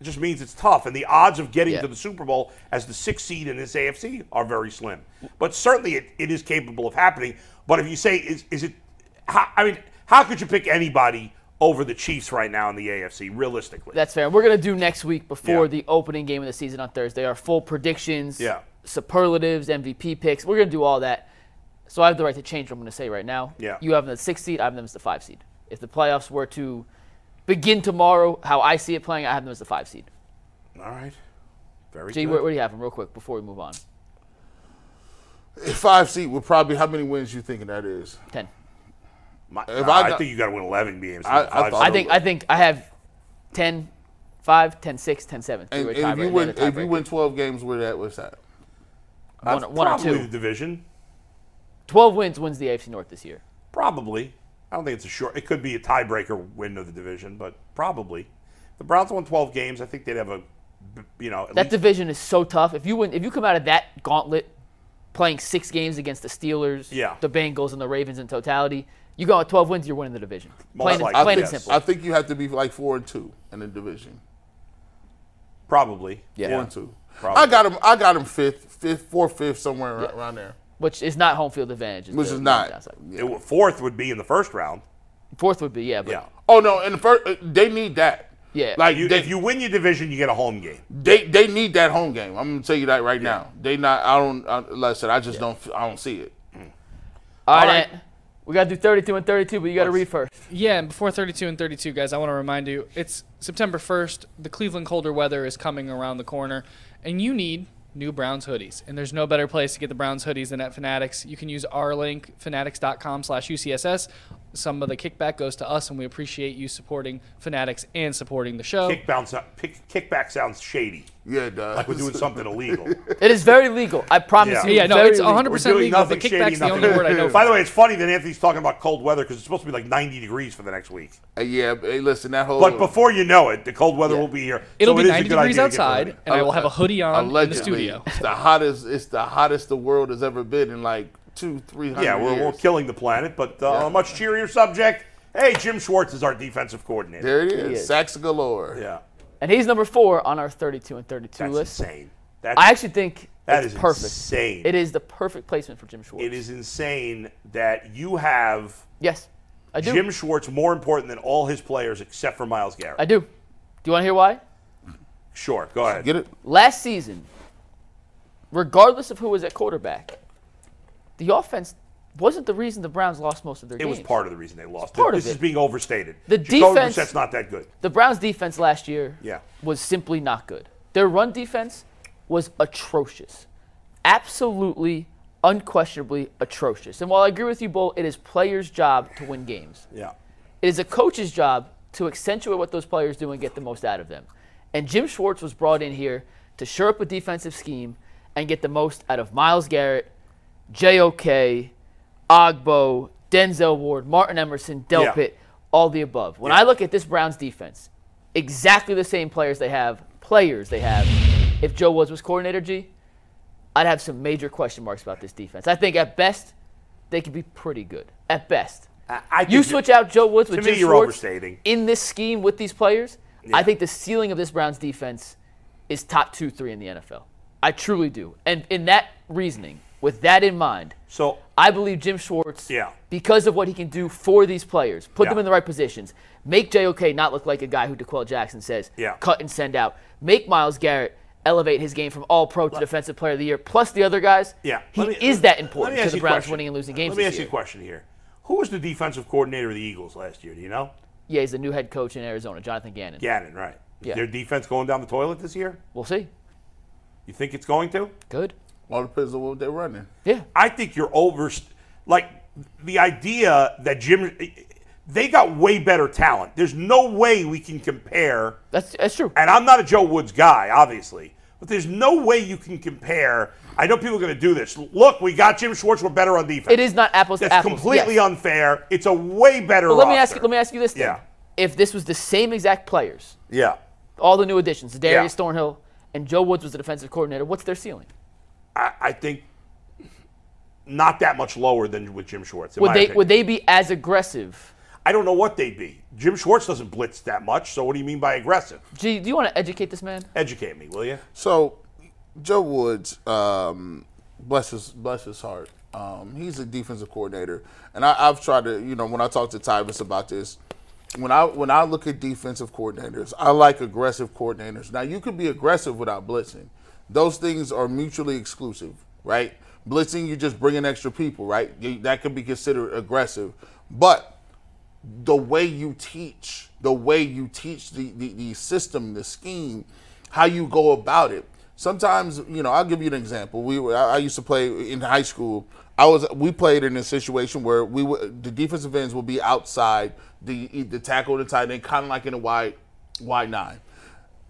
Speaker 2: It just means it's tough, and the odds of getting
Speaker 3: Yeah.
Speaker 2: to the Super Bowl as the sixth seed in this AFC are very slim. But certainly, it, it is capable of happening. But if you say, is is it? How, I mean, how could you pick anybody over the Chiefs right now in the AFC realistically?
Speaker 3: That's fair. We're gonna do next week before
Speaker 2: Yeah.
Speaker 3: the opening game of the season on Thursday. Our full predictions,
Speaker 2: Yeah.
Speaker 3: superlatives, MVP picks. We're gonna do all that. So I have the right to change what I'm gonna say right now.
Speaker 2: Yeah.
Speaker 3: You have them at six seed. I have them as the five seed. If the playoffs were to begin tomorrow, how I see it playing, I have them as the five seed.
Speaker 2: All right, very
Speaker 3: G,
Speaker 2: good.
Speaker 3: where, where do you have them, real quick, before we move on?
Speaker 4: Five seed would probably. How many wins you thinking that is?
Speaker 3: Ten.
Speaker 2: My-
Speaker 4: if
Speaker 2: nah,
Speaker 4: I
Speaker 2: I,
Speaker 4: got-
Speaker 2: think you got to win eleven games. to
Speaker 4: I-
Speaker 2: be
Speaker 4: I
Speaker 2: five
Speaker 4: thought-
Speaker 2: seed.
Speaker 3: I think I think I have 10, 5, 10, 6, 10, 7.
Speaker 4: And,
Speaker 3: Three-way
Speaker 4: and if
Speaker 3: tiebreaker.
Speaker 4: you
Speaker 3: They
Speaker 4: win,
Speaker 3: have a
Speaker 4: if you
Speaker 3: tiebreaker.
Speaker 4: win twelve games, where that was that?
Speaker 3: one, one or
Speaker 2: probably the
Speaker 3: two,
Speaker 2: division.
Speaker 3: 12 wins wins the AFC North this year.
Speaker 2: Probably. I don't think it's a short. It could be a tiebreaker win of the division, but probably. If The Browns won twelve games. I think they'd have a, you know, at
Speaker 3: That
Speaker 2: least
Speaker 3: division is so tough. If you win, if you come out of that gauntlet playing six games against the Steelers,
Speaker 2: Yeah.
Speaker 3: the Bengals, and the Ravens in totality, you go out with 12 wins, you're winning the division.
Speaker 2: Most
Speaker 3: Plain, and,
Speaker 2: likely,
Speaker 3: plain
Speaker 2: yes.
Speaker 3: and simple.
Speaker 4: I think you have to be like four and two in the division.
Speaker 2: probably.
Speaker 4: Four and two.
Speaker 2: Probably.
Speaker 4: I got him. I got him fifth, fifth, fourth, fifth, somewhere ar- around there.
Speaker 3: which is not home field advantage.
Speaker 4: Which
Speaker 3: the
Speaker 4: is not.
Speaker 3: downside.
Speaker 2: It w- fourth would be in the first round.
Speaker 3: Fourth would be yeah, but
Speaker 2: Yeah.
Speaker 4: Oh no, and the first they need that.
Speaker 3: Yeah.
Speaker 4: like
Speaker 2: You,
Speaker 4: they,
Speaker 2: if you win your division, you get a home game.
Speaker 4: they they need that home game. I'm gonna tell you that right now. They not. I don't. I, like I said, I just don't. I don't see it.
Speaker 3: all right,
Speaker 2: right.
Speaker 3: Ant, we gotta do 32 and 32, but you gotta read first.
Speaker 1: Yeah, and before 32 and 32, guys, I want to remind you it's September 1st. The Cleveland colder weather is coming around the corner, and you need new Browns hoodies. And there's no better place to get the Browns hoodies than at Fanatics. You can use our link, fanatics.com slash UCSS. Some of the kickback goes to us, and we appreciate you supporting Fanatics and supporting the show.
Speaker 2: Kick bounce, uh, pick, kickback sounds shady.
Speaker 4: Yeah, it does.
Speaker 2: Like we're doing something illegal.
Speaker 3: It is very legal. I promise
Speaker 2: Yeah.
Speaker 3: you.
Speaker 1: yeah, no,
Speaker 3: very
Speaker 1: it's
Speaker 3: legal.
Speaker 1: 100%
Speaker 2: We're doing
Speaker 1: legal, but
Speaker 2: nothing
Speaker 1: kickback's
Speaker 2: shady.
Speaker 1: the
Speaker 2: Nothing.
Speaker 1: only word I know.
Speaker 2: By the way, it's funny that Anthony's talking about cold weather because it's supposed to be like 90 degrees for the next week.
Speaker 4: Uh, yeah. Hey, listen, that whole
Speaker 2: But before you know it, the cold weather
Speaker 3: Yeah.
Speaker 2: will be here.
Speaker 1: It'll
Speaker 2: So
Speaker 1: be
Speaker 2: it is a
Speaker 1: 90
Speaker 2: good
Speaker 1: degrees
Speaker 2: idea to get
Speaker 1: outside,
Speaker 2: rid of it.
Speaker 1: and I will have a hoodie on in the
Speaker 4: allegedly,
Speaker 1: studio.
Speaker 4: it's the hottest. It's the hottest the world has ever been in like two, three hundred
Speaker 2: Yeah, we're,
Speaker 4: years.
Speaker 2: we're killing the planet, but uh, on a much cheerier subject. Hey, Jim Schwartz is our defensive coordinator.
Speaker 4: there it
Speaker 3: He
Speaker 4: is.
Speaker 3: is.
Speaker 4: Sacks galore.
Speaker 2: Yeah,
Speaker 3: And he's number four on our 32 and 32
Speaker 2: that's
Speaker 3: list.
Speaker 2: insane. That's,
Speaker 3: I actually think
Speaker 2: that
Speaker 3: it's
Speaker 2: is
Speaker 3: perfect.
Speaker 2: insane.
Speaker 3: It is the perfect placement for Jim Schwartz.
Speaker 2: It is insane that you have
Speaker 3: Yes, I do.
Speaker 2: Jim Schwartz more important than all his players except for Miles Garrett.
Speaker 3: I do. Do you want to hear why?
Speaker 2: sure, go ahead.
Speaker 4: Get it?
Speaker 3: Last season, regardless of who was at quarterback, the offense wasn't the reason the Browns lost most of their
Speaker 2: It
Speaker 3: games.
Speaker 2: was part of the reason they lost.
Speaker 3: part
Speaker 2: this
Speaker 3: of
Speaker 2: is
Speaker 3: it.
Speaker 2: being overstated.
Speaker 3: The
Speaker 2: Jacoby
Speaker 3: defense-
Speaker 2: Brissett's not that good.
Speaker 3: the Browns' defense last year
Speaker 2: Yeah.
Speaker 3: was simply not good. Their run defense was atrocious, absolutely, unquestionably atrocious. And while I agree with you, Bull, it is players' job to win games.
Speaker 2: Yeah.
Speaker 3: It is a coach's job to accentuate what those players do and get the most out of them. And Jim Schwartz was brought in here to shore up a defensive scheme and get the most out of Miles Garrett, JOK, Ogbo, Denzel Ward, Martin Emerson,
Speaker 2: Yeah.
Speaker 3: Delpit, all the above. When I look at this Browns defense, exactly the same players they have, players they have. If Joe was was coordinator G, I'd have some major question marks about this defense. I think at best they could be pretty good. At best.
Speaker 2: I- I
Speaker 3: you
Speaker 2: think
Speaker 3: switch out Joe Woods with
Speaker 2: To
Speaker 3: Jim
Speaker 2: me, you're
Speaker 3: Schwartz
Speaker 2: overstating.
Speaker 3: in this scheme with these players. I think the ceiling of this Browns defense is top two, three in the NFL. I truly do. And in that reasoning, with that in mind,
Speaker 2: So
Speaker 3: I believe Jim Schwartz,
Speaker 2: Yeah.
Speaker 3: because of what he can do for these players, put them
Speaker 2: Yeah.
Speaker 3: in the right positions, make JOK not look like a guy who DeQuell Jackson says,
Speaker 2: Yeah.
Speaker 3: cut and send out, make Miles Garrett elevate his game from all pro to defensive player of the year, plus the other guys.
Speaker 2: Yeah,
Speaker 3: He
Speaker 2: let me-
Speaker 3: is that
Speaker 2: let me
Speaker 3: important
Speaker 2: ask
Speaker 3: to the
Speaker 2: you a
Speaker 3: Browns
Speaker 2: question.
Speaker 3: winning and losing games
Speaker 2: Let me
Speaker 3: this
Speaker 2: ask
Speaker 3: year.
Speaker 2: you a question here. Who was the defensive coordinator of the Eagles last year? Do you know?
Speaker 3: Yeah, he's the new head coach in Arizona, Jonathan Gannon.
Speaker 2: Gannon, right? Is
Speaker 3: Yeah.
Speaker 2: Their defense going down the toilet this year?
Speaker 3: We'll see.
Speaker 2: You think it's going to?
Speaker 3: Good.
Speaker 4: All depends on what they're running.
Speaker 3: Yeah.
Speaker 2: I think you're over. Like the idea that Jim, they got way better talent. There's no way we can compare.
Speaker 3: That's that's true.
Speaker 2: And I'm not a Joe Woods guy, obviously, but there's no way you can compare. I know people are going to do this. Look, we got Jim Schwartz. We're better on defense.
Speaker 3: It is not apples
Speaker 2: That's
Speaker 3: to apples.
Speaker 2: completely
Speaker 3: yes.
Speaker 2: unfair. It's a way better.
Speaker 3: But let me ask
Speaker 2: roster.
Speaker 3: you let me ask you this thing.
Speaker 2: Yeah.
Speaker 3: If this was the same exact players,
Speaker 2: Yeah.
Speaker 3: all the new additions, Darius
Speaker 2: Yeah.
Speaker 3: Thornhill and Joe Woods was the defensive coordinator, what's their ceiling?
Speaker 2: I, I think not that much lower than with Jim Schwartz. in
Speaker 3: Would
Speaker 2: my
Speaker 3: they
Speaker 2: opinion.
Speaker 3: would they be as aggressive?
Speaker 2: I don't know what they'd be. Jim Schwartz doesn't blitz that much, so what do you mean by aggressive?
Speaker 3: Gee, do you want to educate this man?
Speaker 2: Educate me, will you?
Speaker 4: So, Joe Woods, um, bless his bless his heart. Um, he's a defensive coordinator, and I, I've tried to, you know, when I talk to Tyvis about this, when I when I look at defensive coordinators, I like aggressive coordinators. Now, you could be aggressive without blitzing; those things are mutually exclusive, right? Blitzing, you just bring in extra people, right? You- That could be considered aggressive, but the way you teach, the way you teach the, the, the system, the scheme, how you go about it. Sometimes, you know, I'll give you an example. We were, I I used to play in high school. I was we played in a situation where we would, the defensive ends would be outside the the tackle and the tight end, kind of like in a wide wide nine.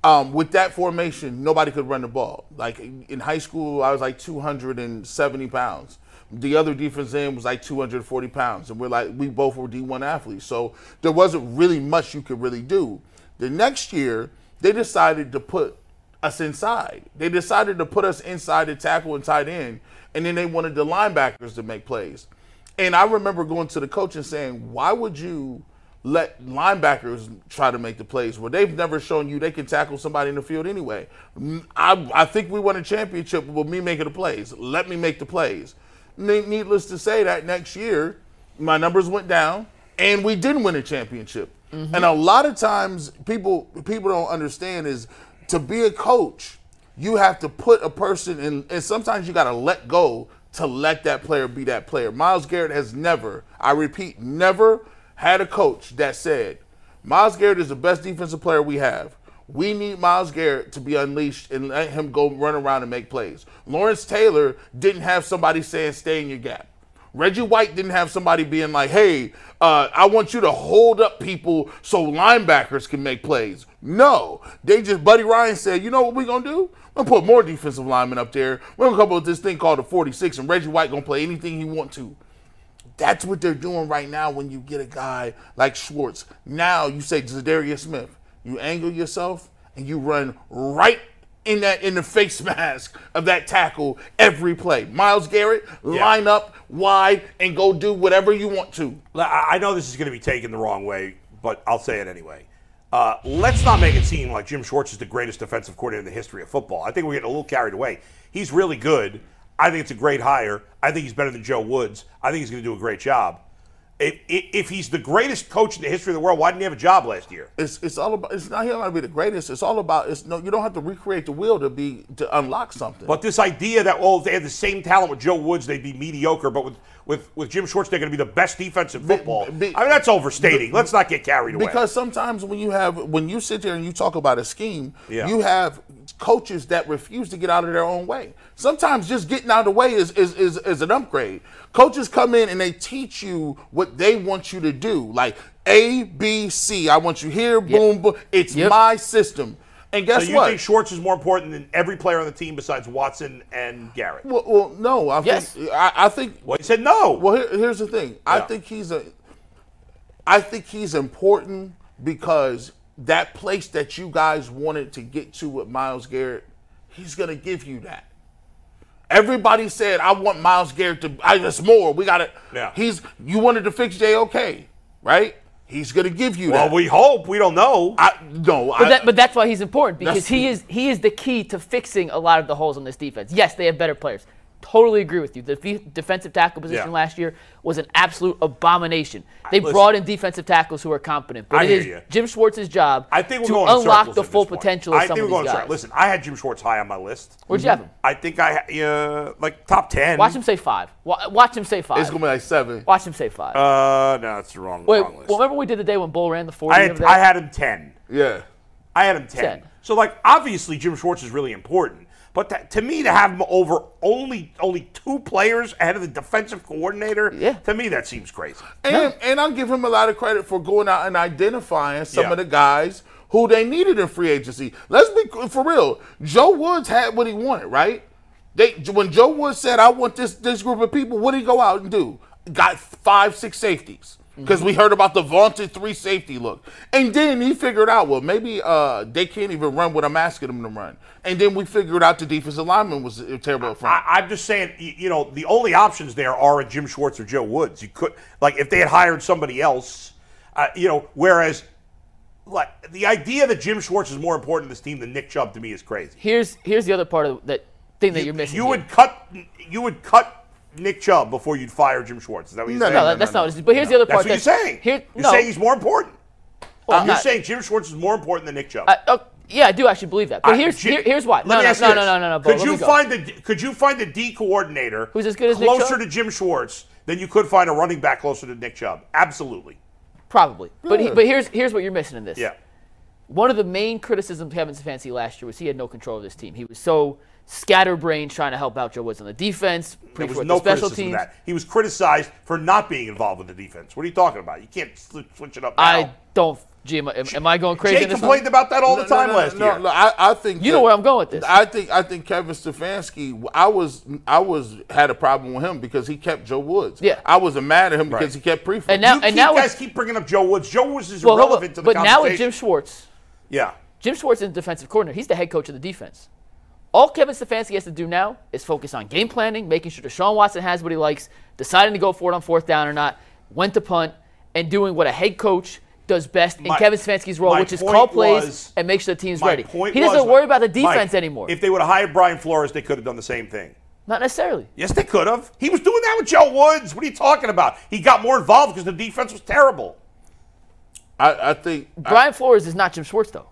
Speaker 4: Um, with that formation, nobody could run the ball. Like in in high school, I was like 270 pounds. The other defense end was like 240 pounds, and we're like we both were D1 athletes, so there wasn't really much you could really do. The next year, they decided to put us inside. They decided to put us inside the tackle and tight end, and then they wanted the linebackers to make plays. And I remember going to the coach and saying, "Why would you let linebackers try to make the plays where they've never shown you they can tackle somebody in the field anyway? Mm, I, I think we won a championship with me making the plays. Let me make the plays." Ne- Needless to say, that next year, my numbers went down, and we didn't win a championship. And a lot of times, people people don't understand is to be a coach, you have to put a person in, and sometimes you got to let go to let that player be that player. Miles Garrett has never, I repeat, never had a coach that said, Miles Garrett is the best defensive player we have. We need Miles Garrett to be unleashed and let him go run around and make plays. Lawrence Taylor didn't have somebody saying, stay in your gap. Reggie White didn't have somebody being like, hey, uh, I want you to hold up people so linebackers can make plays. No. They just, Buddy Ryan said, you know what we're going to do? We're going to put more defensive linemen up there. We're going to come up with this thing called a 46, and Reggie White going to play anything he want to. That's what they're doing right now when you get a guy like Schwartz. Now you say Zadarius Smith, you angle yourself and you run right in that in the face mask of that tackle every play. Miles Garrett, line up wide and go do whatever you want to.
Speaker 2: L- I I know this is going to be taken the wrong way, but I'll say it anyway. Uh, let's not make it seem like Jim Schwartz is the greatest defensive coordinator in the history of football. I think we're getting a little carried away. He's really good. I think it's a great hire. I think he's better than Joe Woods. I think he's going to do a great job. If, if, if he's the greatest coach in the history of the world, why didn't he have a job last year?
Speaker 4: It's it's all about it's not here to be the greatest. It's all about it's no you don't have to recreate the wheel to be to unlock something.
Speaker 2: But this idea that well, if they had the same talent with Joe Woods, they'd be mediocre. But with with, with Jim Schwartz, they're going to be the best defense in football.
Speaker 4: be-
Speaker 2: I mean, that's overstating. Let's not get carried away.
Speaker 4: Because sometimes when you have when you sit there and you talk about a scheme,
Speaker 2: Yeah.
Speaker 4: you have coaches that refuse to get out of their own way. Sometimes just getting out of the way is is, is is an upgrade. Coaches come in and they teach you what they want you to do. Like A, B, C. I want you here, boom, boom. It's
Speaker 3: Yep.
Speaker 4: my system. And guess
Speaker 2: so you
Speaker 4: what?
Speaker 2: think Schwartz is more important than every player on the team besides Watson and Garrett?
Speaker 4: well, well, no, I
Speaker 3: Yes.
Speaker 4: think I, I think
Speaker 2: Well, he said no.
Speaker 4: Well, here, here's the thing. I
Speaker 2: Yeah.
Speaker 4: think he's a. I think he's important because that place that you guys wanted to get to with Miles Garrett, he's gonna give you that. Everybody said, "I want Miles Garrett to. I just more. We got to.
Speaker 2: Yeah.
Speaker 4: He's. You wanted to fix JOK, right? He's gonna give you
Speaker 2: Well,
Speaker 4: that.
Speaker 2: we hope. We don't know.
Speaker 4: I no.
Speaker 3: But,
Speaker 4: I,
Speaker 3: that, but that's why he's important because
Speaker 4: That's-
Speaker 3: he is he is the key to fixing a lot of the holes on this defense. Yes, they have better players. Totally agree with you. The fe- defensive tackle position
Speaker 2: Yeah.
Speaker 3: last year was an absolute abomination. They
Speaker 2: listen.
Speaker 3: brought in defensive tackles who are competent, but
Speaker 2: I
Speaker 3: it
Speaker 2: hear
Speaker 3: is
Speaker 2: you.
Speaker 3: Jim Schwartz's job
Speaker 2: I think we're
Speaker 3: to
Speaker 2: going in
Speaker 3: unlock
Speaker 2: circles
Speaker 3: the
Speaker 2: at this
Speaker 3: full
Speaker 2: point.
Speaker 3: potential of
Speaker 2: I
Speaker 3: some
Speaker 2: think we're
Speaker 3: of
Speaker 2: going
Speaker 3: these
Speaker 2: in
Speaker 3: guys.
Speaker 2: circles. Listen, I had Jim Schwartz high on my list.
Speaker 3: Where'd you have him?
Speaker 2: I think I ha- uh, like top ten.
Speaker 3: Watch him say five. Wa- Watch him say five.
Speaker 4: it's gonna be like seven.
Speaker 3: Watch him say five.
Speaker 2: Uh, no, that's the wrong,
Speaker 3: Wait,
Speaker 2: wrong
Speaker 3: well,
Speaker 2: list.
Speaker 3: remember we did the day when Bull ran the forty?
Speaker 2: I
Speaker 3: over
Speaker 2: had
Speaker 3: there?
Speaker 2: I had him ten.
Speaker 4: Yeah.
Speaker 2: I had him 10.
Speaker 3: 10.
Speaker 2: So like obviously Jim Schwartz is really important, but that, to me to have him over only only two players ahead of the defensive coordinator,
Speaker 3: Yeah.
Speaker 2: to me that seems crazy.
Speaker 4: And and I'll give him a lot of credit for going out and identifying some
Speaker 2: Yeah.
Speaker 4: of the guys who they needed in free agency. Let's be cr- for real. Joe Woods had what he wanted, right? They when Joe Woods said, "I want this this group of people," what did he go out and do? Got five, six safeties. Because we heard about the vaunted three safety look. And then he figured out, well, maybe uh, they can't even run what I'm asking them to run. And then we figured out the defensive lineman was terrible up front.
Speaker 2: I, I'm just saying, y- you know, the only options there are a Jim Schwartz or Joe Woods. You could like if they had hired somebody else, uh, you know. Whereas, like the idea that Jim Schwartz is more important to this team than Nick Chubb to me is crazy.
Speaker 3: Here's here's the other part of that thing that
Speaker 2: you,
Speaker 3: you're missing.
Speaker 2: you
Speaker 3: here.
Speaker 2: would cut you would cut Nick Chubb before you'd fire Jim Schwartz. Is that what you're
Speaker 4: No,
Speaker 2: saying?
Speaker 3: No,
Speaker 4: no,
Speaker 3: that- that's
Speaker 4: no,
Speaker 3: not what it is. But here's the other
Speaker 2: That's
Speaker 3: part.
Speaker 2: what you're saying.
Speaker 3: Here,
Speaker 2: you're
Speaker 3: no,
Speaker 2: saying he's more important.
Speaker 3: well, I'm
Speaker 2: you're
Speaker 3: not-
Speaker 2: saying Jim Schwartz is more important than Nick Chubb.
Speaker 3: I- oh, yeah, I do actually believe that. But here's
Speaker 2: Ju-
Speaker 3: here, herere's why.
Speaker 2: Let
Speaker 3: no,
Speaker 2: me
Speaker 3: no,
Speaker 2: ask
Speaker 3: no,
Speaker 2: you
Speaker 3: no,
Speaker 2: this.
Speaker 3: no, no, no, Bo,
Speaker 2: Could
Speaker 3: let
Speaker 2: you
Speaker 3: me go.
Speaker 2: find the Could you find the D coordinator
Speaker 3: Who's as good as Nick
Speaker 2: closer
Speaker 3: Chubb?
Speaker 2: to Jim Schwartz than you could find a running back closer to Nick Chubb? Absolutely.
Speaker 3: probably? But he,
Speaker 4: Yeah.
Speaker 3: but here's here's what you're missing in this.
Speaker 2: Hmm. Yeah.
Speaker 3: One of the main criticisms of Kevin Stefanski last year was he had no control of this team. He was so scatterbrained trying to help out Joe Woods on the defense,
Speaker 2: There
Speaker 3: pretty
Speaker 2: was
Speaker 3: sure with
Speaker 2: no
Speaker 3: the special
Speaker 2: criticism
Speaker 3: teams.
Speaker 2: of that. He was criticized for not being involved with the defense. What are you talking about? You can't sli- switch it up now.
Speaker 3: I don't. Gee, am, I- am- am I going crazy?
Speaker 2: Jay
Speaker 3: in this
Speaker 2: complained
Speaker 3: one?
Speaker 2: about that all
Speaker 4: No,
Speaker 2: the time
Speaker 4: no, no,
Speaker 2: last
Speaker 4: no,
Speaker 2: year.
Speaker 4: No, I, I think
Speaker 3: You know where I'm going with this.
Speaker 4: I think I think Kevin Stefanski. I was I was had a problem with him because he kept Joe Woods.
Speaker 3: Yeah.
Speaker 4: I wasn't mad at him because he kept Prefect.
Speaker 3: And now-
Speaker 2: you
Speaker 3: and
Speaker 2: keep-
Speaker 3: now
Speaker 2: guys
Speaker 3: with-
Speaker 2: keep bringing up Joe Woods. Joe Woods is
Speaker 3: Well, hold
Speaker 2: irrelevant
Speaker 3: on,
Speaker 2: to the
Speaker 3: but now with
Speaker 2: conversation.
Speaker 3: Jim Schwartz,
Speaker 2: yeah.
Speaker 3: Jim Schwartz is the defensive coordinator. He's the head coach of the defense. All Kevin Stefanski has to do now is focus on game planning, making sure Deshaun Watson has what he likes, deciding to go for it on fourth down or not, when to punt, and doing what a head coach does best in
Speaker 2: My-
Speaker 3: Kevin Stefanski's role,
Speaker 2: my
Speaker 3: which is
Speaker 2: point
Speaker 3: call plays
Speaker 2: was-
Speaker 3: and make sure the team's
Speaker 2: My
Speaker 3: ready.
Speaker 2: point
Speaker 3: He doesn't
Speaker 2: was,
Speaker 3: worry about the
Speaker 2: Mike,
Speaker 3: defense anymore.
Speaker 2: If they would have hired Brian Flores, they could have done the same thing.
Speaker 3: Not necessarily.
Speaker 2: Yes, they could have. He was doing that with Joe Woods. What are you talking about? He got more involved because the defense was terrible.
Speaker 4: I, I think I-
Speaker 3: Brian Flores is not Jim Schwartz though.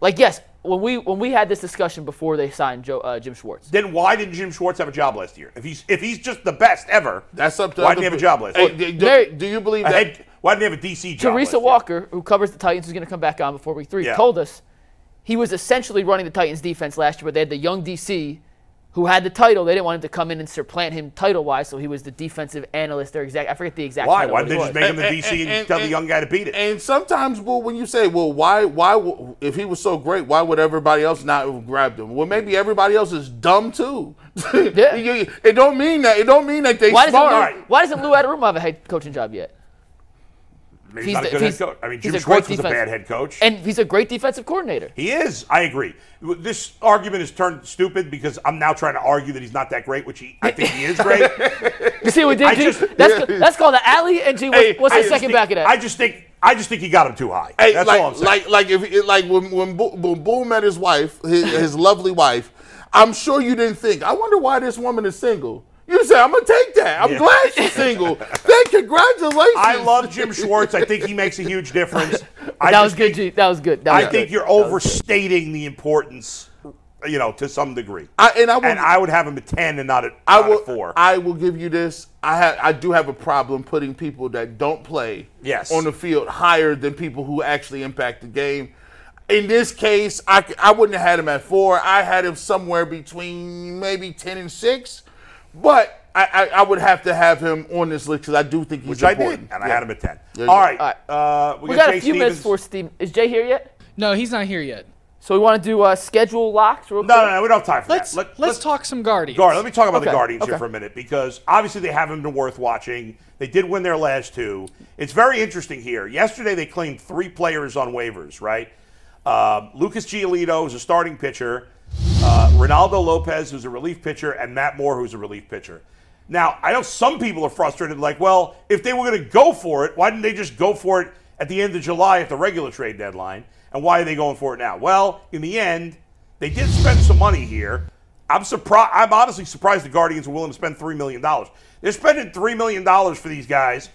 Speaker 3: Like yes, when we when we had this discussion before they signed Joe, uh, Jim Schwartz,
Speaker 2: Then why didn't Jim Schwartz have a job last year? If he's if he's just the best ever,
Speaker 4: that's up to.
Speaker 2: why
Speaker 4: other
Speaker 2: didn't he have a
Speaker 4: pe-
Speaker 2: job last
Speaker 4: Hey,
Speaker 2: year?
Speaker 4: do- do,
Speaker 3: Mary-
Speaker 4: do you believe
Speaker 2: A
Speaker 4: that?
Speaker 2: head- why didn't he have a DC job? last
Speaker 3: Teresa
Speaker 2: year?
Speaker 3: Walker, who covers the Titans, who's going to come back on before week three,
Speaker 2: Yeah.
Speaker 3: told us he was essentially running the Titans defense last year, but they had the young DC who had the title. They didn't want him to come in and supplant him title wise, so he was the defensive analyst. Their exact I forget the exact
Speaker 2: Why?
Speaker 3: title
Speaker 2: Why
Speaker 3: it
Speaker 2: didn't they
Speaker 3: was.
Speaker 2: just make him the
Speaker 4: And-
Speaker 2: DC and,
Speaker 4: and-
Speaker 2: tell the
Speaker 4: and-
Speaker 2: young guy to beat it?
Speaker 4: And sometimes, well, when you say, well, why, why, w- if he was so great, why would everybody else not have grabbed him? Well, maybe everybody else is dumb too.
Speaker 3: Yeah.
Speaker 4: You- it don't mean that. It don't mean that they
Speaker 3: why doesn't,
Speaker 4: smart.
Speaker 3: Lou, why doesn't Lou Adarumo have a head coaching job yet?
Speaker 2: Maybe he's
Speaker 3: he's
Speaker 2: not a
Speaker 3: the-
Speaker 2: good head
Speaker 3: he's-
Speaker 2: coach. I mean,
Speaker 3: he's
Speaker 2: Jim
Speaker 3: a great
Speaker 2: Schwartz was a
Speaker 3: defense-
Speaker 2: bad head coach.
Speaker 3: And he's a great defensive coordinator.
Speaker 2: He is. I agree. This argument has turned stupid because I'm now trying to argue that he's not that great, which he, I think he is great.
Speaker 3: You see what
Speaker 2: I
Speaker 3: did? G?
Speaker 2: just-
Speaker 3: that's, that's called the alley. And G, what's,
Speaker 4: Hey,
Speaker 3: what's
Speaker 2: I
Speaker 3: the
Speaker 2: just
Speaker 3: second
Speaker 2: think-
Speaker 3: back of that?
Speaker 2: I just think I just think he got him too high.
Speaker 4: Hey,
Speaker 2: That's
Speaker 4: like,
Speaker 2: all I'm saying.
Speaker 4: Like, like if it- like when when, Bo- when Boom met his wife, his, his lovely wife, I'm sure you didn't think. I wonder why this woman is single. You said, "I'm gonna take that. I'm
Speaker 2: Yeah.
Speaker 4: glad she's single. Then congratulations."
Speaker 2: I love Jim Schwartz. I think he makes a huge difference. I just
Speaker 3: that was good,
Speaker 2: think-
Speaker 3: G. That was good. That was
Speaker 2: I think
Speaker 3: good.
Speaker 2: you're
Speaker 3: That was good.
Speaker 2: overstating the importance, you know, to some degree.
Speaker 4: I, and I will,
Speaker 2: and I would have him at ten and not at,
Speaker 4: I
Speaker 2: not
Speaker 4: will,
Speaker 2: at four.
Speaker 4: I will give you this. I ha- I do have a problem putting people that don't play
Speaker 2: Yes.
Speaker 4: on the field higher than people who actually impact the game. In this case, I, c- I wouldn't have had him at four. I had him somewhere between maybe ten and six, but I, I, I would have to have him on this list because I do think he's
Speaker 2: which I did,
Speaker 4: important.
Speaker 2: and I had him at ten.
Speaker 4: There you
Speaker 2: All
Speaker 4: go.
Speaker 2: right,
Speaker 3: All
Speaker 2: Uh, we,
Speaker 3: We
Speaker 2: got,
Speaker 3: got a
Speaker 2: Jay
Speaker 3: few minutes
Speaker 2: Stevens.
Speaker 3: for Steve. Is Jay here yet?
Speaker 1: No, he's not here yet.
Speaker 3: So we want to do uh, schedule locks real quick.
Speaker 2: No, no, no, we don't have time for
Speaker 1: Let's
Speaker 2: that.
Speaker 1: let, us let us talk some Guardians.
Speaker 2: Guard, let me talk about the
Speaker 3: Okay,
Speaker 2: Guardians here
Speaker 3: okay.
Speaker 2: for a minute because obviously they haven't been worth watching. They did win their last two. It's very interesting here. Yesterday they claimed three players on waivers, right? Um, Lucas Giolito is a starting pitcher, uh, Ronaldo Lopez, who's a relief pitcher, and Matt Moore, who's a relief pitcher. Now, I know some people are frustrated, like, well, if they were going to go for it, why didn't they just go for it at the end of July at the regular trade deadline? And why are they going for it now? Well, in the end, they did spend some money here. I'm surprised. I'm honestly surprised the Guardians were willing to spend three million dollars. They're spending three million dollars for these guys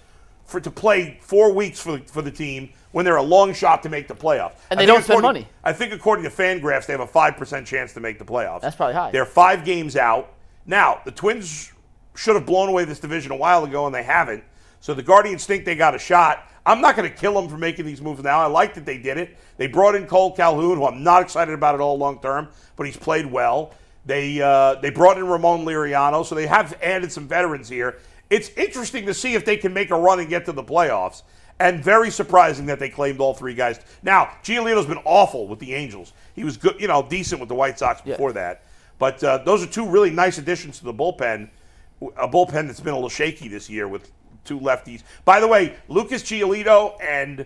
Speaker 2: for to play four weeks for the, for the team when they're a long shot to make the playoffs.
Speaker 3: And
Speaker 2: I
Speaker 3: they
Speaker 2: think
Speaker 3: don't spend
Speaker 2: according-
Speaker 3: money.
Speaker 2: I think according to FanGraphs, they have a five percent chance to make the playoffs.
Speaker 3: That's probably high.
Speaker 2: They're five games out now. The Twins should have blown away this division a while ago, and they haven't. So the Guardians think they got a shot. I'm not going to kill them for making these moves now. I like that they did it. They brought in Cole Calhoun, who I'm not excited about at all long term, but he's played well. They uh, they brought in Ramon Liriano, so they have added some veterans here. It's interesting to see if they can make a run and get to the playoffs. And very surprising that they claimed all three guys. Now, Giolito's been awful with the Angels. He was good, you know, decent with the White Sox before that. But uh, those are two really nice additions to the bullpen a bullpen that's been a little shaky this year with two lefties. By the way, Lucas Giolito and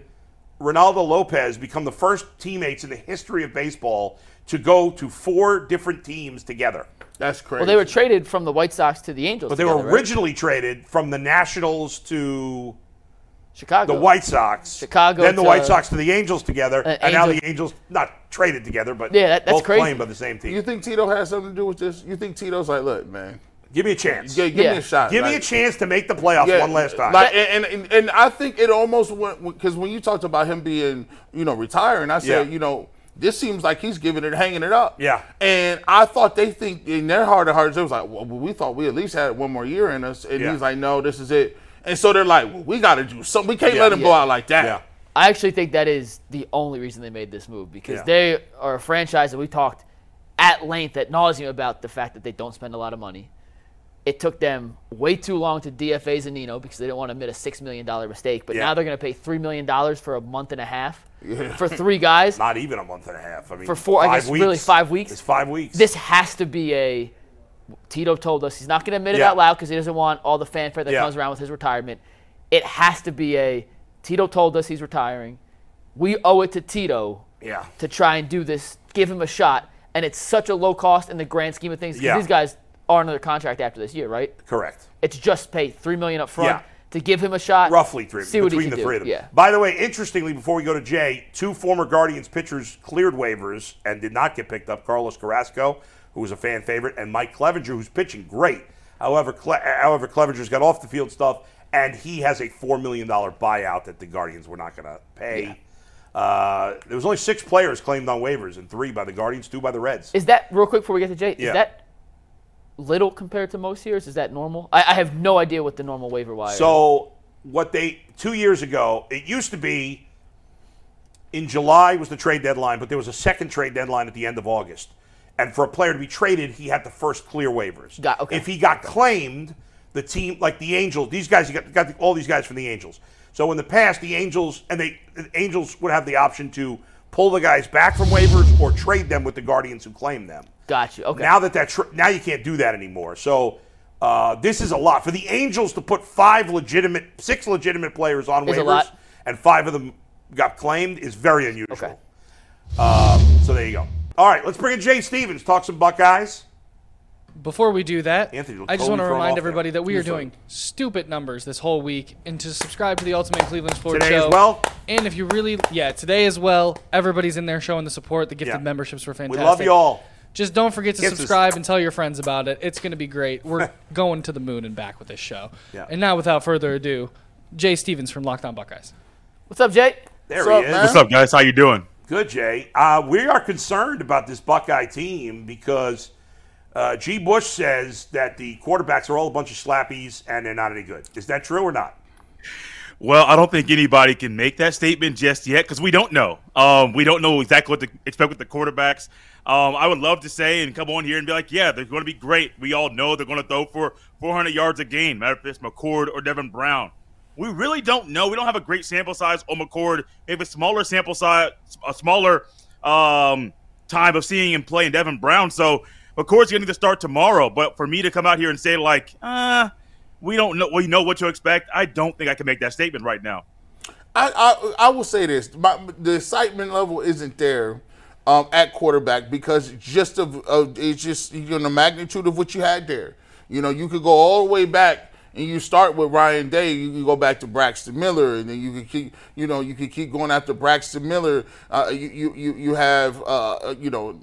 Speaker 2: Ronaldo Lopez become the first teammates in the history of baseball to go to four different teams together.
Speaker 4: That's crazy.
Speaker 3: Well, they were traded from the White Sox to the Angels.
Speaker 2: But they were originally traded from the Nationals to
Speaker 3: Chicago.
Speaker 2: the White Sox,
Speaker 3: Oh. Chicago
Speaker 2: then the
Speaker 3: to-
Speaker 2: White Sox to the Angels together,
Speaker 3: Uh,
Speaker 2: and now
Speaker 3: Angels.
Speaker 2: the Angels not traded together, but
Speaker 3: Yeah, that- that's
Speaker 2: both
Speaker 3: crazy.
Speaker 2: playing by the same team.
Speaker 4: you think Tito has something to do with this? You think Tito's like, look, man,
Speaker 2: Give me a chance.
Speaker 4: yeah, give
Speaker 3: Yeah.
Speaker 4: me a shot.
Speaker 2: Give me a
Speaker 4: Like,
Speaker 2: chance to make the playoffs
Speaker 4: Yeah,
Speaker 2: one last time.
Speaker 4: Like, and, and and I think it almost went because when you talked about him being, you know, retiring, I said,
Speaker 2: Yeah.
Speaker 4: you know, this seems like he's giving it, hanging it up.
Speaker 2: Yeah.
Speaker 4: And I thought they think in their heart of hearts, it was like, well, we thought we at least had one more year in us, and
Speaker 2: Yeah.
Speaker 4: he's like, no, this is it. And so they're like, well, we got to do something. We can't
Speaker 2: Yeah.
Speaker 4: let him go
Speaker 2: Yeah.
Speaker 4: out like that.
Speaker 2: yeah.
Speaker 3: I actually think that is the only reason they made this move because
Speaker 2: Yeah.
Speaker 3: they are a franchise that we talked at length at nauseum about the fact that they don't spend a lot of money. It took them way too long to DFA Zanino because they didn't want to admit a six million dollar mistake. But
Speaker 2: Yeah.
Speaker 3: now they're going to pay three million dollars for a month and a half for three guys.
Speaker 2: not even a month and a half. I mean,
Speaker 3: For four- I
Speaker 2: five
Speaker 3: guess
Speaker 2: weeks.
Speaker 3: really five weeks?
Speaker 2: It's five weeks.
Speaker 3: this has to be a Tito told us he's not going to admit it
Speaker 2: Yeah.
Speaker 3: out loud because he doesn't want all the fanfare that
Speaker 2: Yeah.
Speaker 3: comes around with his retirement. It has to be a Tito told us he's retiring. We owe it to Tito
Speaker 2: Yeah.
Speaker 3: to try and do this, give him a shot, and it's such a low cost in the grand scheme of things 'cause
Speaker 2: Yeah.
Speaker 3: these guys are under contract after this year, right?
Speaker 2: correct.
Speaker 3: It's just pay three million up front
Speaker 2: Yeah.
Speaker 3: to give him a shot,
Speaker 2: Roughly three
Speaker 3: See what he
Speaker 2: between
Speaker 3: can
Speaker 2: the
Speaker 3: do.
Speaker 2: three of them.
Speaker 3: Yeah.
Speaker 2: By the way, interestingly, before we go to Jay, two former Guardians pitchers cleared waivers and did not get picked up: Carlos Carrasco, who was a fan favorite, and Mike Clevenger, who's pitching great. However, Cle- however, Clevenger's got off the field stuff, and he has a four million dollar buyout that the Guardians were not going to pay. Uh, there was only six players claimed on waivers, and three by the Guardians, two by the Reds.
Speaker 3: Is that real quick before we get to Jay?
Speaker 2: Yeah.
Speaker 3: Is that little compared to most years? Is that normal? I, I have no idea what the normal waiver wire. is.
Speaker 2: So what they two years ago, it used to be in July was the trade deadline, but there was a second trade deadline at the end of August. And for a player to be traded, he had to first clear waivers.
Speaker 3: Got- okay.
Speaker 2: If he got claimed, the team like the Angels, these guys you got, got the- all these guys from the Angels. So in the past, the Angels and they the Angels would have the option to pull the guys back from waivers or trade them with the Guardians who claimed them.
Speaker 3: got you. Okay.
Speaker 2: Now that that tr- now you can't do that anymore. So uh, this is a lot for the Angels to put five legitimate, six legitimate players on
Speaker 3: Is a
Speaker 2: waivers,
Speaker 3: lot.
Speaker 2: and five of them got claimed is very unusual.
Speaker 3: Okay.
Speaker 2: Um, so there you go. All right, let's bring in Jay Stevens. Talk some Buckeyes.
Speaker 1: Before we do that,
Speaker 2: Anthony looked
Speaker 1: I just
Speaker 2: totally
Speaker 1: want to
Speaker 2: thrown off
Speaker 1: remind
Speaker 2: there.
Speaker 1: everybody that we are
Speaker 2: Yes, sir.
Speaker 1: doing stupid numbers this whole week, and to subscribe to the Ultimate Cleveland Sports
Speaker 2: Today as
Speaker 1: Show
Speaker 2: well?
Speaker 1: And if you really, yeah, today as well, everybody's in there showing the support. The gifted
Speaker 2: Yeah.
Speaker 1: memberships were
Speaker 2: We
Speaker 1: fantastic.
Speaker 2: love you all.
Speaker 1: Just don't forget to
Speaker 2: Gifted.
Speaker 1: subscribe and tell your friends about it. It's going to be great. We're going to the moon and back with this show.
Speaker 2: Yeah.
Speaker 1: And now, without further ado, Jay Stevens from Lockdown Buckeyes.
Speaker 3: What's up, Jay?
Speaker 2: There
Speaker 4: What's
Speaker 2: he
Speaker 4: up,
Speaker 2: is.
Speaker 4: man?
Speaker 5: What's up, guys? How you doing?
Speaker 2: Good, Jay. Uh, we are concerned about this Buckeye team because uh, G. Bush says that the quarterbacks are all a bunch of slappies and they're not any good. Is that true or not?
Speaker 5: Well, I don't think anybody can make that statement just yet because we don't know. Um, we don't know exactly what to expect with the quarterbacks. Um, I would love to say and come on here and be like, yeah, they're going to be great. We all know they're going to throw for 400 yards a game, matter if it's McCord or Devin Brown. We really don't know. We don't have a great sample size on McCord. Maybe a smaller sample size, a smaller um, time of seeing him play in Devin Brown. So McCord's going to start tomorrow. But for me to come out here and say like, uh, we don't know. We know what to expect. I don't think I can make that statement right now.
Speaker 4: I, I I will say this: my, the excitement level isn't there um, at quarterback because just of, of it's just you know the magnitude of what you had there. You know, you could go all the way back and you start with Ryan Day. You can go back to Braxton Miller, and then you can keep you know you can keep going after Braxton Miller. Uh, you, you you you have uh, you know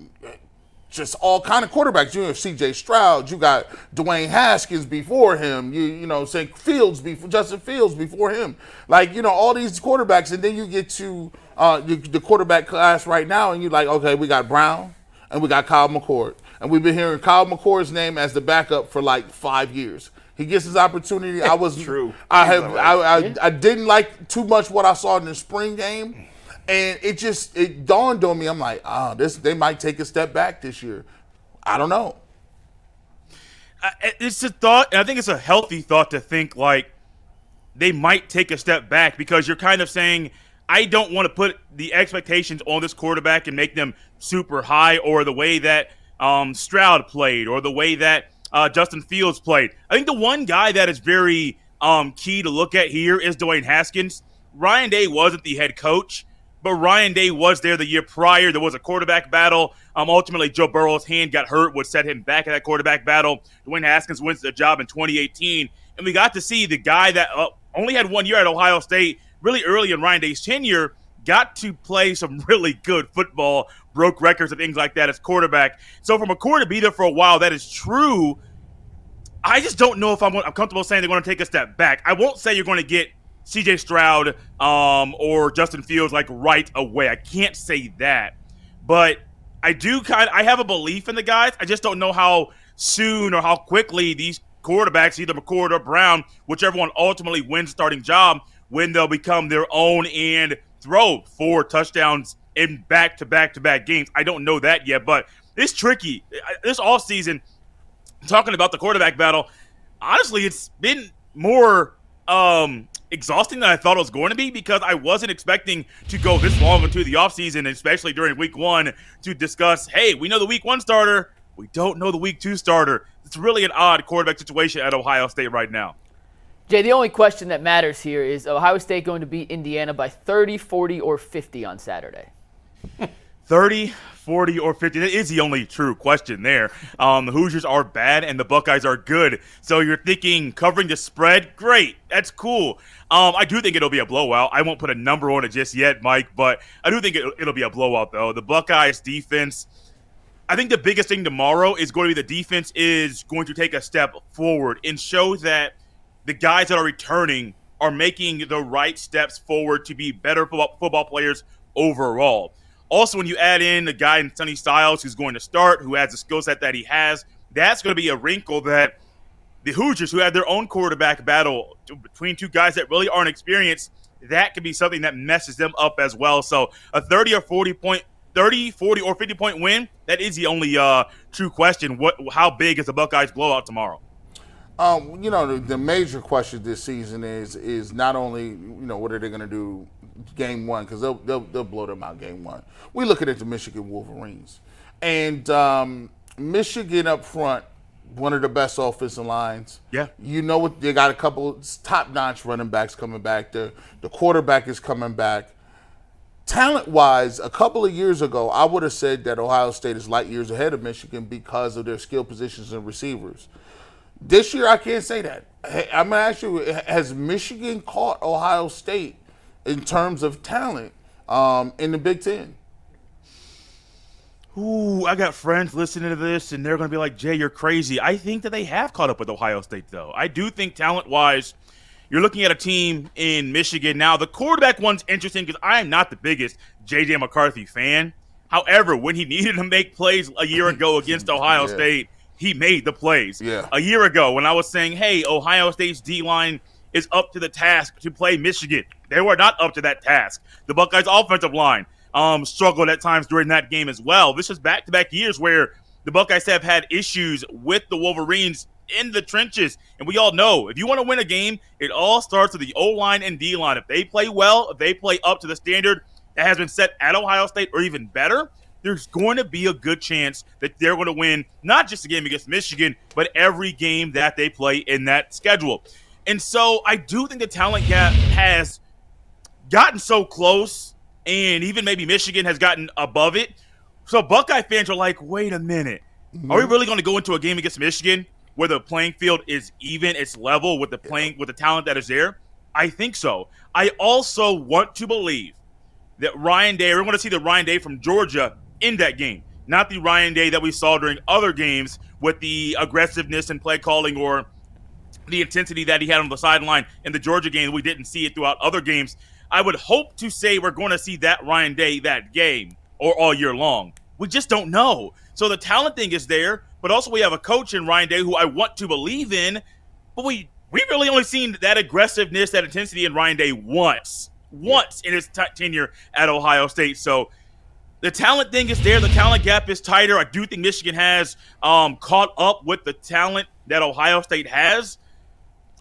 Speaker 4: just all kind of quarterbacks. You have C.J. Stroud. You got Dwayne Haskins before him. You you know St. Fields before Justin Fields before him. Like you know all these quarterbacks, and then you get to uh, the, the quarterback class right now, and you're like, okay, we got Brown and we got Kyle McCord, and we've been hearing Kyle McCord's name as the backup for like five years. He gets his opportunity. I was
Speaker 2: True.
Speaker 4: I have I, I, I didn't like too much what I saw in the spring game, and it just it dawned on me. I'm like, ah, this they might take a step back this year. I don't know.
Speaker 5: I- It's a thought, and I think it's a healthy thought to think like they might take a step back because you're kind of saying, I don't want to put the expectations on this quarterback and make them super high, or the way that um, Stroud played, or the way that uh, Justin Fields played. I think the one guy that is very um, key to look at here is Dwayne Haskins. Ryan Day wasn't the head coach, but Ryan Day was there the year prior. There was a quarterback battle. Um, ultimately, Joe Burrow's hand got hurt, which set him back in that quarterback battle. Dwayne Haskins wins the job in 2018, and we got to see the guy that uh, only had one year at Ohio State, really early in Ryan Day's tenure, got to play some really good football, broke records and things like that as quarterback. So for McCord to be there for a while, that is true. I just don't know if I'm, I'm comfortable saying they're going to take a step back. I won't say you're going to get CJ Stroud um, or Justin Fields like right away. I can't say that, but I do kind. I have a belief in the guys. I just don't know how soon or how quickly these quarterbacks, either McCord or Brown, whichever one ultimately wins starting job, when they'll become their own and throw four touchdowns in back to back to back games. I don't know that yet, but it's tricky. I- This offseason – talking about the quarterback battle, honestly, it's been more um, exhausting than I thought it was going to be because I wasn't expecting to go this long into the offseason, especially during week one, to discuss hey, we know the week one starter, we don't know the week two starter. It's really an odd quarterback situation at Ohio State right now.
Speaker 3: Jay, the only question that matters here is Ohio State going to beat Indiana by 30, 40, or 50 on Saturday?
Speaker 5: 30, 40, or 50. That is the only true question there. Um, the Hoosiers are bad and the Buckeyes are good. So you're thinking covering the spread? Great. That's cool. Um, I do think it'll be a blowout. I won't put a number on it just yet, Mike, but I do think it, it'll be a blowout, though. The Buckeyes defense I think the biggest thing tomorrow is going to be the defense is going to take a step forward and show that the guys that are returning are making the right steps forward to be better fo- football players overall. Also, when you add in a guy in Sonny Styles who's going to start, who has the skill set that he has, that's going to be a wrinkle that the Hoosiers, who had their own quarterback battle between two guys that really aren't experienced, that could be something that messes them up as well. So a 30 or 40 point 30, 40, or 50 point win, that is the only uh, true question. What, how big is the Buckeyes blowout tomorrow?
Speaker 4: Um, you know, the, the major question this season is is not only you know what are they going to do game one because they'll, they'll they'll blow them out game one. We looking at the Michigan Wolverines and um, Michigan up front, one of the best offensive lines.
Speaker 5: Yeah.
Speaker 4: you know what they got a couple top notch running backs coming back. The the quarterback is coming back talent wise, a couple of years ago, I would have said that Ohio State is light years ahead of Michigan because of their skill positions and receivers. This year, I can't say that. Hey, I'm gonna ask you: Has Michigan caught Ohio State in terms of talent um, in the Big Ten?
Speaker 5: Ooh, I got friends listening to this, and they're going to be like, Jay, you're crazy. I think that they have caught up with Ohio State, though. I do think talent wise, you're looking at a team in Michigan. Now, the quarterback one's interesting because I am not the biggest J.J. McCarthy fan. However, when he needed to make plays a year ago against Ohio
Speaker 4: Yeah.
Speaker 5: State, he made the plays.
Speaker 4: Yeah.
Speaker 5: A year ago, when I was saying, hey, Ohio State's D line is up to the task to play Michigan, they were not up to that task. The Buckeyes' offensive line um, struggled at times during that game as well. This is back to back years where the Buckeyes have had issues with the Wolverines in the trenches. And we all know if you want to win a game, it all starts with the O line and D line. If they play well, if they play up to the standard that has been set at Ohio State or even better, there's going to be a good chance that they're going to win not just the game against Michigan, but every game that they play in that schedule. And so I do think the talent gap has gotten so close, and even maybe Michigan has gotten above it. So Buckeye fans are like, wait a minute. Are we really going to go into a game against Michigan where the playing field is even, it's level with the playing with the talent that is there? I think so. I also want to believe that Ryan Day, we're going to see the Ryan Day from Georgia in that game, not the Ryan Day that we saw during other games with the aggressiveness and play calling or the intensity that he had on the sideline in the Georgia game. We didn't see it throughout other games. I would hope to say we're going to see that Ryan Day that game or all year long. We just don't know. So the talent thing is there, but also we have a coach in Ryan Day who I want to believe in, but we we really only seen that aggressiveness, that intensity in Ryan Day once, once in his t- tenure at Ohio State. So the talent thing is there. The talent gap is tighter. I do think Michigan has um, caught up with the talent that Ohio State has.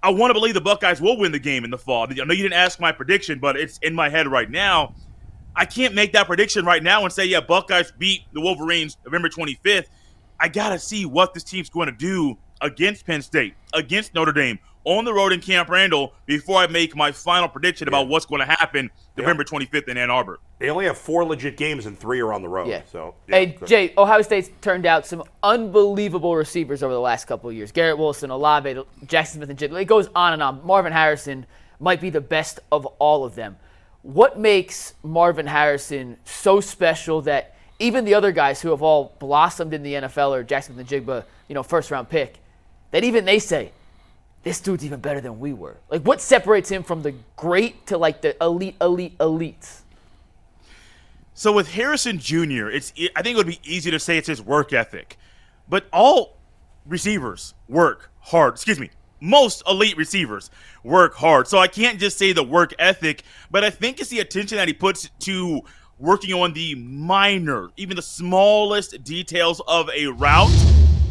Speaker 5: I want to believe the Buckeyes will win the game in the fall. I know you didn't ask my prediction, but it's in my head right now. I can't make that prediction right now and say, yeah, Buckeyes beat the Wolverines November 25th. I got to see what this team's going to do against Penn State, against Notre Dame, on the road in Camp Randall before I make my final prediction about what's going to happen November 25th in Ann Arbor.
Speaker 2: They only have four legit games and three are on the road.
Speaker 3: Yeah.
Speaker 2: So
Speaker 3: Hey,
Speaker 2: good.
Speaker 3: Jay, Ohio State's turned out some unbelievable receivers over the last couple of years. Garrett Wilson, Olave, Jackson Smith, and Jiggle. It goes on and on. Marvin Harrison might be the best of all of them. What makes Marvin Harrison so special that even the other guys who have all blossomed in the NFL or Jackson Smith and Jigba, you know, first round pick, that even they say, this dude's even better than we were. Like, what separates him from the great to like the elite, elite, elites?
Speaker 5: So with Harrison Jr., it's e, I think it would be easy to say it's his work ethic, but all receivers work hard. Excuse me, most elite receivers work hard. So I can't just say the work ethic, but I think it's the attention that he puts to working on the minor, even the smallest details of a route.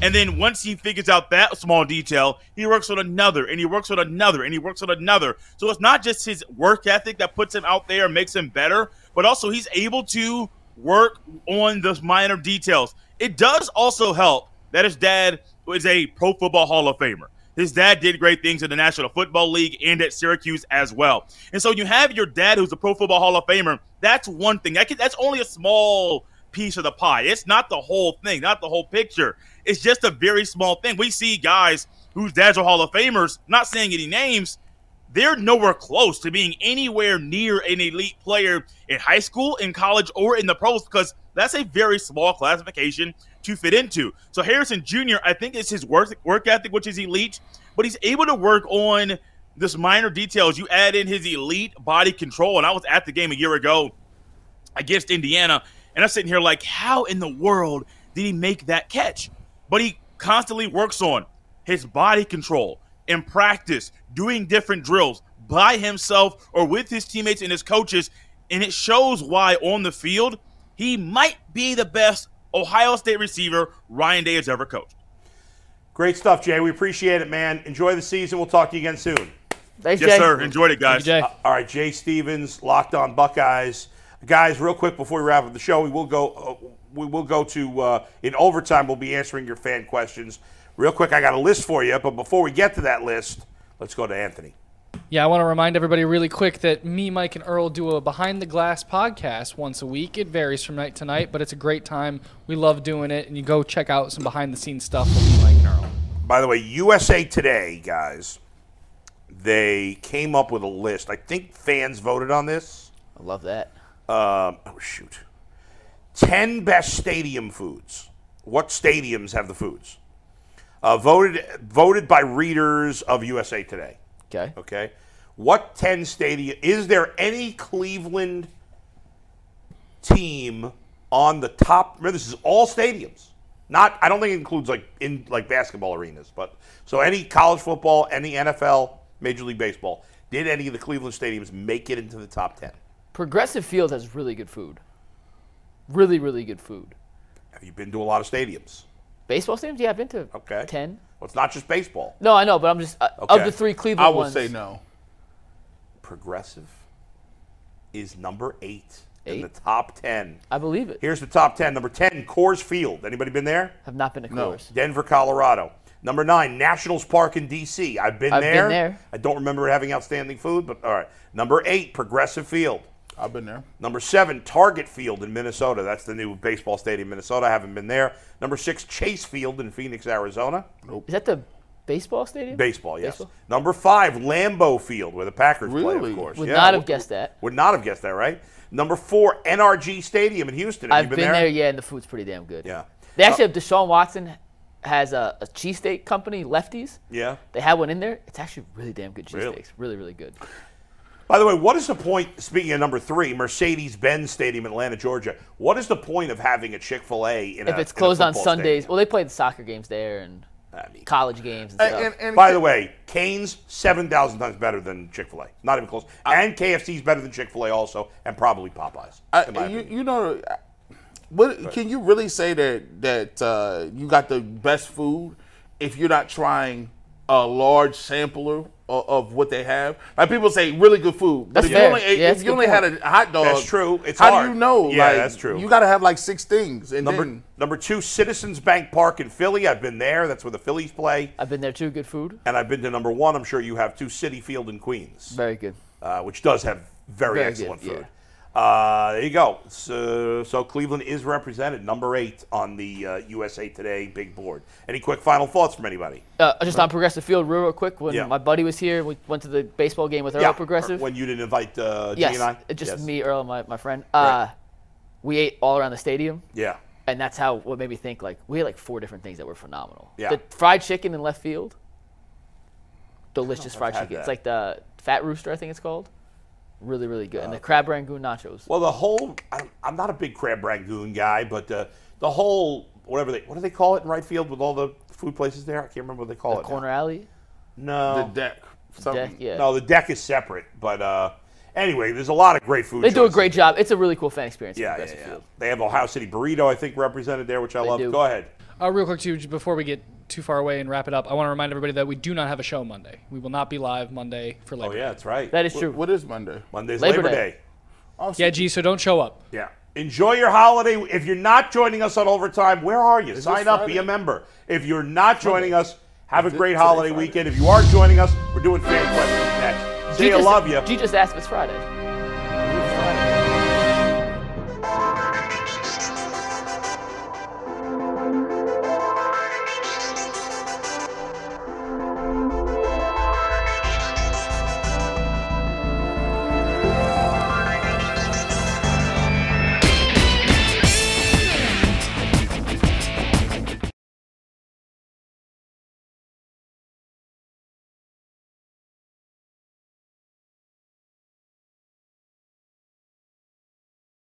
Speaker 5: And then once he figures out that small detail, he works on another and he works on another and he works on another. So it's not just his work ethic that puts him out there and makes him better, but also he's able to work on those minor details. It does also help that his dad is a Pro Football Hall of Famer. His dad did great things in the National Football League and at Syracuse as well. And so you have your dad who's a Pro Football Hall of Famer. That's one thing. That can, that's only a small piece of the pie. It's not the whole thing, not the whole picture. It's just a very small thing. We see guys whose dads are Hall of Famers, not saying any names, they're nowhere close to being anywhere near an elite player in high school, in college, or in the pros because That's a very small classification to fit into. So Harrison Jr. I think is his work work ethic, which is elite, but he's able to work on this minor details. You add in his elite body control, and I was at the game a year ago against Indiana, and I'm sitting here like, how in the world did he make that catch? But he constantly works on his body control in practice, doing different drills by himself or with his teammates and his coaches, and it shows why on the field he might be the best Ohio State receiver Ryan Day has ever coached.
Speaker 2: Great stuff, Jay. We appreciate it, man. Enjoy the season. We'll talk to you again soon.
Speaker 3: Thanks,
Speaker 5: Yes,
Speaker 3: Jay.
Speaker 5: sir. Enjoyed it,
Speaker 1: Thank you,
Speaker 5: guys.
Speaker 3: Uh,
Speaker 1: Jay.
Speaker 2: All right, Jay Stevens, Locked On Buckeyes. Guys, real quick before we wrap up the show, we will go. Uh, we will go to uh, in overtime. We'll be answering your fan questions. Real quick, I got a list for you, but before we get to that list, let's go to Anthony.
Speaker 1: Yeah, I want to remind everybody really quick that me, Mike, and Earl do a behind the glass podcast once a week. It varies from night to night, but it's a great time. We love doing it, and you go check out some behind the scenes stuff with me, Mike, and Earl.
Speaker 2: By the way, USA Today, guys, they came up with a list. I think fans voted on this.
Speaker 3: I love that.
Speaker 2: Um, oh shoot, ten best stadium foods. What stadiums have the foods? Uh, voted voted by readers of USA Today.
Speaker 3: Okay.
Speaker 2: Okay. What 10 stadium is there any Cleveland team on the top? Remember, this is all stadiums. Not I don't think it includes like in like basketball arenas, but so any college football, any NFL, Major League Baseball, did any of the Cleveland stadiums make it into the top 10?
Speaker 3: Progressive Field has really good food. Really, really good food.
Speaker 2: Have you been to a lot of stadiums?
Speaker 3: Baseball stadiums? Yeah, I've been to
Speaker 2: Okay.
Speaker 3: ten.
Speaker 2: Well, it's not just baseball.
Speaker 3: No, I know, but I'm just uh,
Speaker 2: Okay.
Speaker 3: of the three Cleveland
Speaker 4: I would
Speaker 3: ones.
Speaker 4: say no.
Speaker 2: Progressive is number 8 in
Speaker 3: Eight?
Speaker 2: the top 10.
Speaker 3: I believe it.
Speaker 2: Here's the top 10. Number 10, Coors Field. Anybody been there?
Speaker 3: Have not been to Coors.
Speaker 2: Denver, Colorado. Number nine, Nationals Park in D.C. I've been
Speaker 3: I've been
Speaker 2: there.
Speaker 3: there.
Speaker 2: I don't remember having outstanding food, but all right. Number eight, Progressive Field.
Speaker 4: I've been there.
Speaker 2: Number seven, Target Field in Minnesota. That's the new baseball stadium in Minnesota. I haven't been there. Number six, Chase Field in Phoenix, Arizona.
Speaker 3: Is that the baseball stadium?
Speaker 2: Baseball, yes.
Speaker 3: Baseball?
Speaker 2: Number five, Lambeau Field, where the Packers play,
Speaker 4: Really?
Speaker 2: of course.
Speaker 3: Would
Speaker 2: Yeah,
Speaker 3: not
Speaker 2: w-
Speaker 3: have guessed that.
Speaker 2: Would not have guessed that, right? Number four, NRG Stadium in Houston. Have
Speaker 3: I've
Speaker 2: you
Speaker 3: been, there? yeah, and the food's pretty damn good.
Speaker 2: Yeah. Uh,
Speaker 3: They actually have Deshaun Watson has a, a cheesesteak company, Lefties.
Speaker 2: Yeah.
Speaker 3: They have one in there. It's actually really damn good cheesesteaks.
Speaker 2: Really?
Speaker 3: Really? really, good.
Speaker 2: By the way, what is the point? Speaking of number three, Mercedes-Benz Stadium, Atlanta, Georgia. What is the point of having a Chick-fil-A in
Speaker 3: If
Speaker 2: a
Speaker 3: it's closed
Speaker 2: in a
Speaker 3: on
Speaker 2: football
Speaker 3: Sundays,
Speaker 2: stadium?
Speaker 3: well, they play the soccer games there and
Speaker 2: I mean-
Speaker 3: college games and stuff.
Speaker 4: And, and,
Speaker 2: By the way, Canes seven thousand times better than Chick-fil-A. Not even close. and KFC's better than Chick-fil-A also, and probably Popeyes. in my
Speaker 4: I, you,
Speaker 2: opinion.
Speaker 4: you know, I- what, can you really say that that uh, you got the best food if you're not trying a large sampler of, of what they have? Like people say, really good food. But
Speaker 3: That's
Speaker 4: if you
Speaker 3: fair.
Speaker 4: only, ate-
Speaker 3: Yeah, that's
Speaker 4: if
Speaker 3: a
Speaker 4: you
Speaker 3: good
Speaker 4: only had a hot dog,
Speaker 2: That's true. It's
Speaker 4: how
Speaker 2: hard.
Speaker 4: do you know?
Speaker 2: Yeah,
Speaker 4: Like,
Speaker 2: that's true.
Speaker 4: You got to have like six things. And
Speaker 2: number
Speaker 4: then,
Speaker 2: number two, Citizens Bank Park in Philly. I've been there. That's where the Phillies play.
Speaker 3: I've been there too. Good food.
Speaker 2: And I've been to number one. I'm sure you have too. City Field in Queens.
Speaker 3: Very good.
Speaker 2: uh, which does have very,
Speaker 3: Very
Speaker 2: excellent
Speaker 3: good,
Speaker 2: food. Uh, there you go. So, so Cleveland is represented number eight on the uh, USA Today big board. Any quick final thoughts from anybody?
Speaker 3: Uh, just on Progressive Field, real, real quick. When
Speaker 2: Yeah.
Speaker 3: my buddy was here, we went to the baseball game with Earl Progressive.
Speaker 2: When you didn't invite uh,
Speaker 3: yes,
Speaker 2: G and I?
Speaker 3: it just
Speaker 2: Yes.
Speaker 3: me, Earl, and my, my friend. Uh, We ate all around the stadium,
Speaker 2: Yeah.
Speaker 3: and that's how what made me think like we had like four different things that were phenomenal.
Speaker 2: Yeah.
Speaker 3: The fried chicken in left field, delicious fried
Speaker 2: had
Speaker 3: chicken. It's
Speaker 2: that.
Speaker 3: like the Fat Rooster, I think it's called. Really, really good. and
Speaker 2: Uh,
Speaker 3: the crab rangoon nachos.
Speaker 2: Well, the whole, I'm, I'm not a big crab rangoon guy, but uh, the whole, whatever they, what do they call it in right field with all the food places there? I can't remember what they call
Speaker 3: the
Speaker 2: it. now.
Speaker 3: corner alley.
Speaker 2: No.
Speaker 4: the deck. Something.
Speaker 3: Deck, yeah.
Speaker 2: No, the deck is separate. But uh, anyway, there's a lot of great food
Speaker 3: they do a
Speaker 2: choices.
Speaker 3: great job. It's a really cool fan experience. in
Speaker 2: Yeah, yeah,
Speaker 3: Progressive
Speaker 2: yeah.
Speaker 3: Field.
Speaker 2: They have Ohio City burrito, I think, represented there, which I love.
Speaker 3: do.
Speaker 2: Go ahead.
Speaker 1: Uh, real quick, too, j- before we get too far away and wrap it up, I want to remind everybody that we do not have a show Monday. We will not be live Monday for
Speaker 2: Oh
Speaker 1: Labor
Speaker 2: yeah,
Speaker 1: Day.
Speaker 2: that's right.
Speaker 3: That is true.
Speaker 4: What is Monday? Oh,
Speaker 2: Monday's Labor,
Speaker 3: Labor
Speaker 2: Day.
Speaker 3: Day.
Speaker 4: Also,
Speaker 1: Yeah, G, so don't show up.
Speaker 2: Yeah. Enjoy your holiday. If you're not joining us on overtime, where are you? Sign
Speaker 4: this
Speaker 2: up, be
Speaker 4: Friday?
Speaker 2: a member. If you're not joining us, have a
Speaker 4: thi-
Speaker 2: great
Speaker 4: today
Speaker 2: holiday
Speaker 4: Friday.
Speaker 2: weekend. If you are joining us, we're doing fan questions next. See, you,
Speaker 3: G just-
Speaker 2: love you.
Speaker 3: G just asked if it's Friday.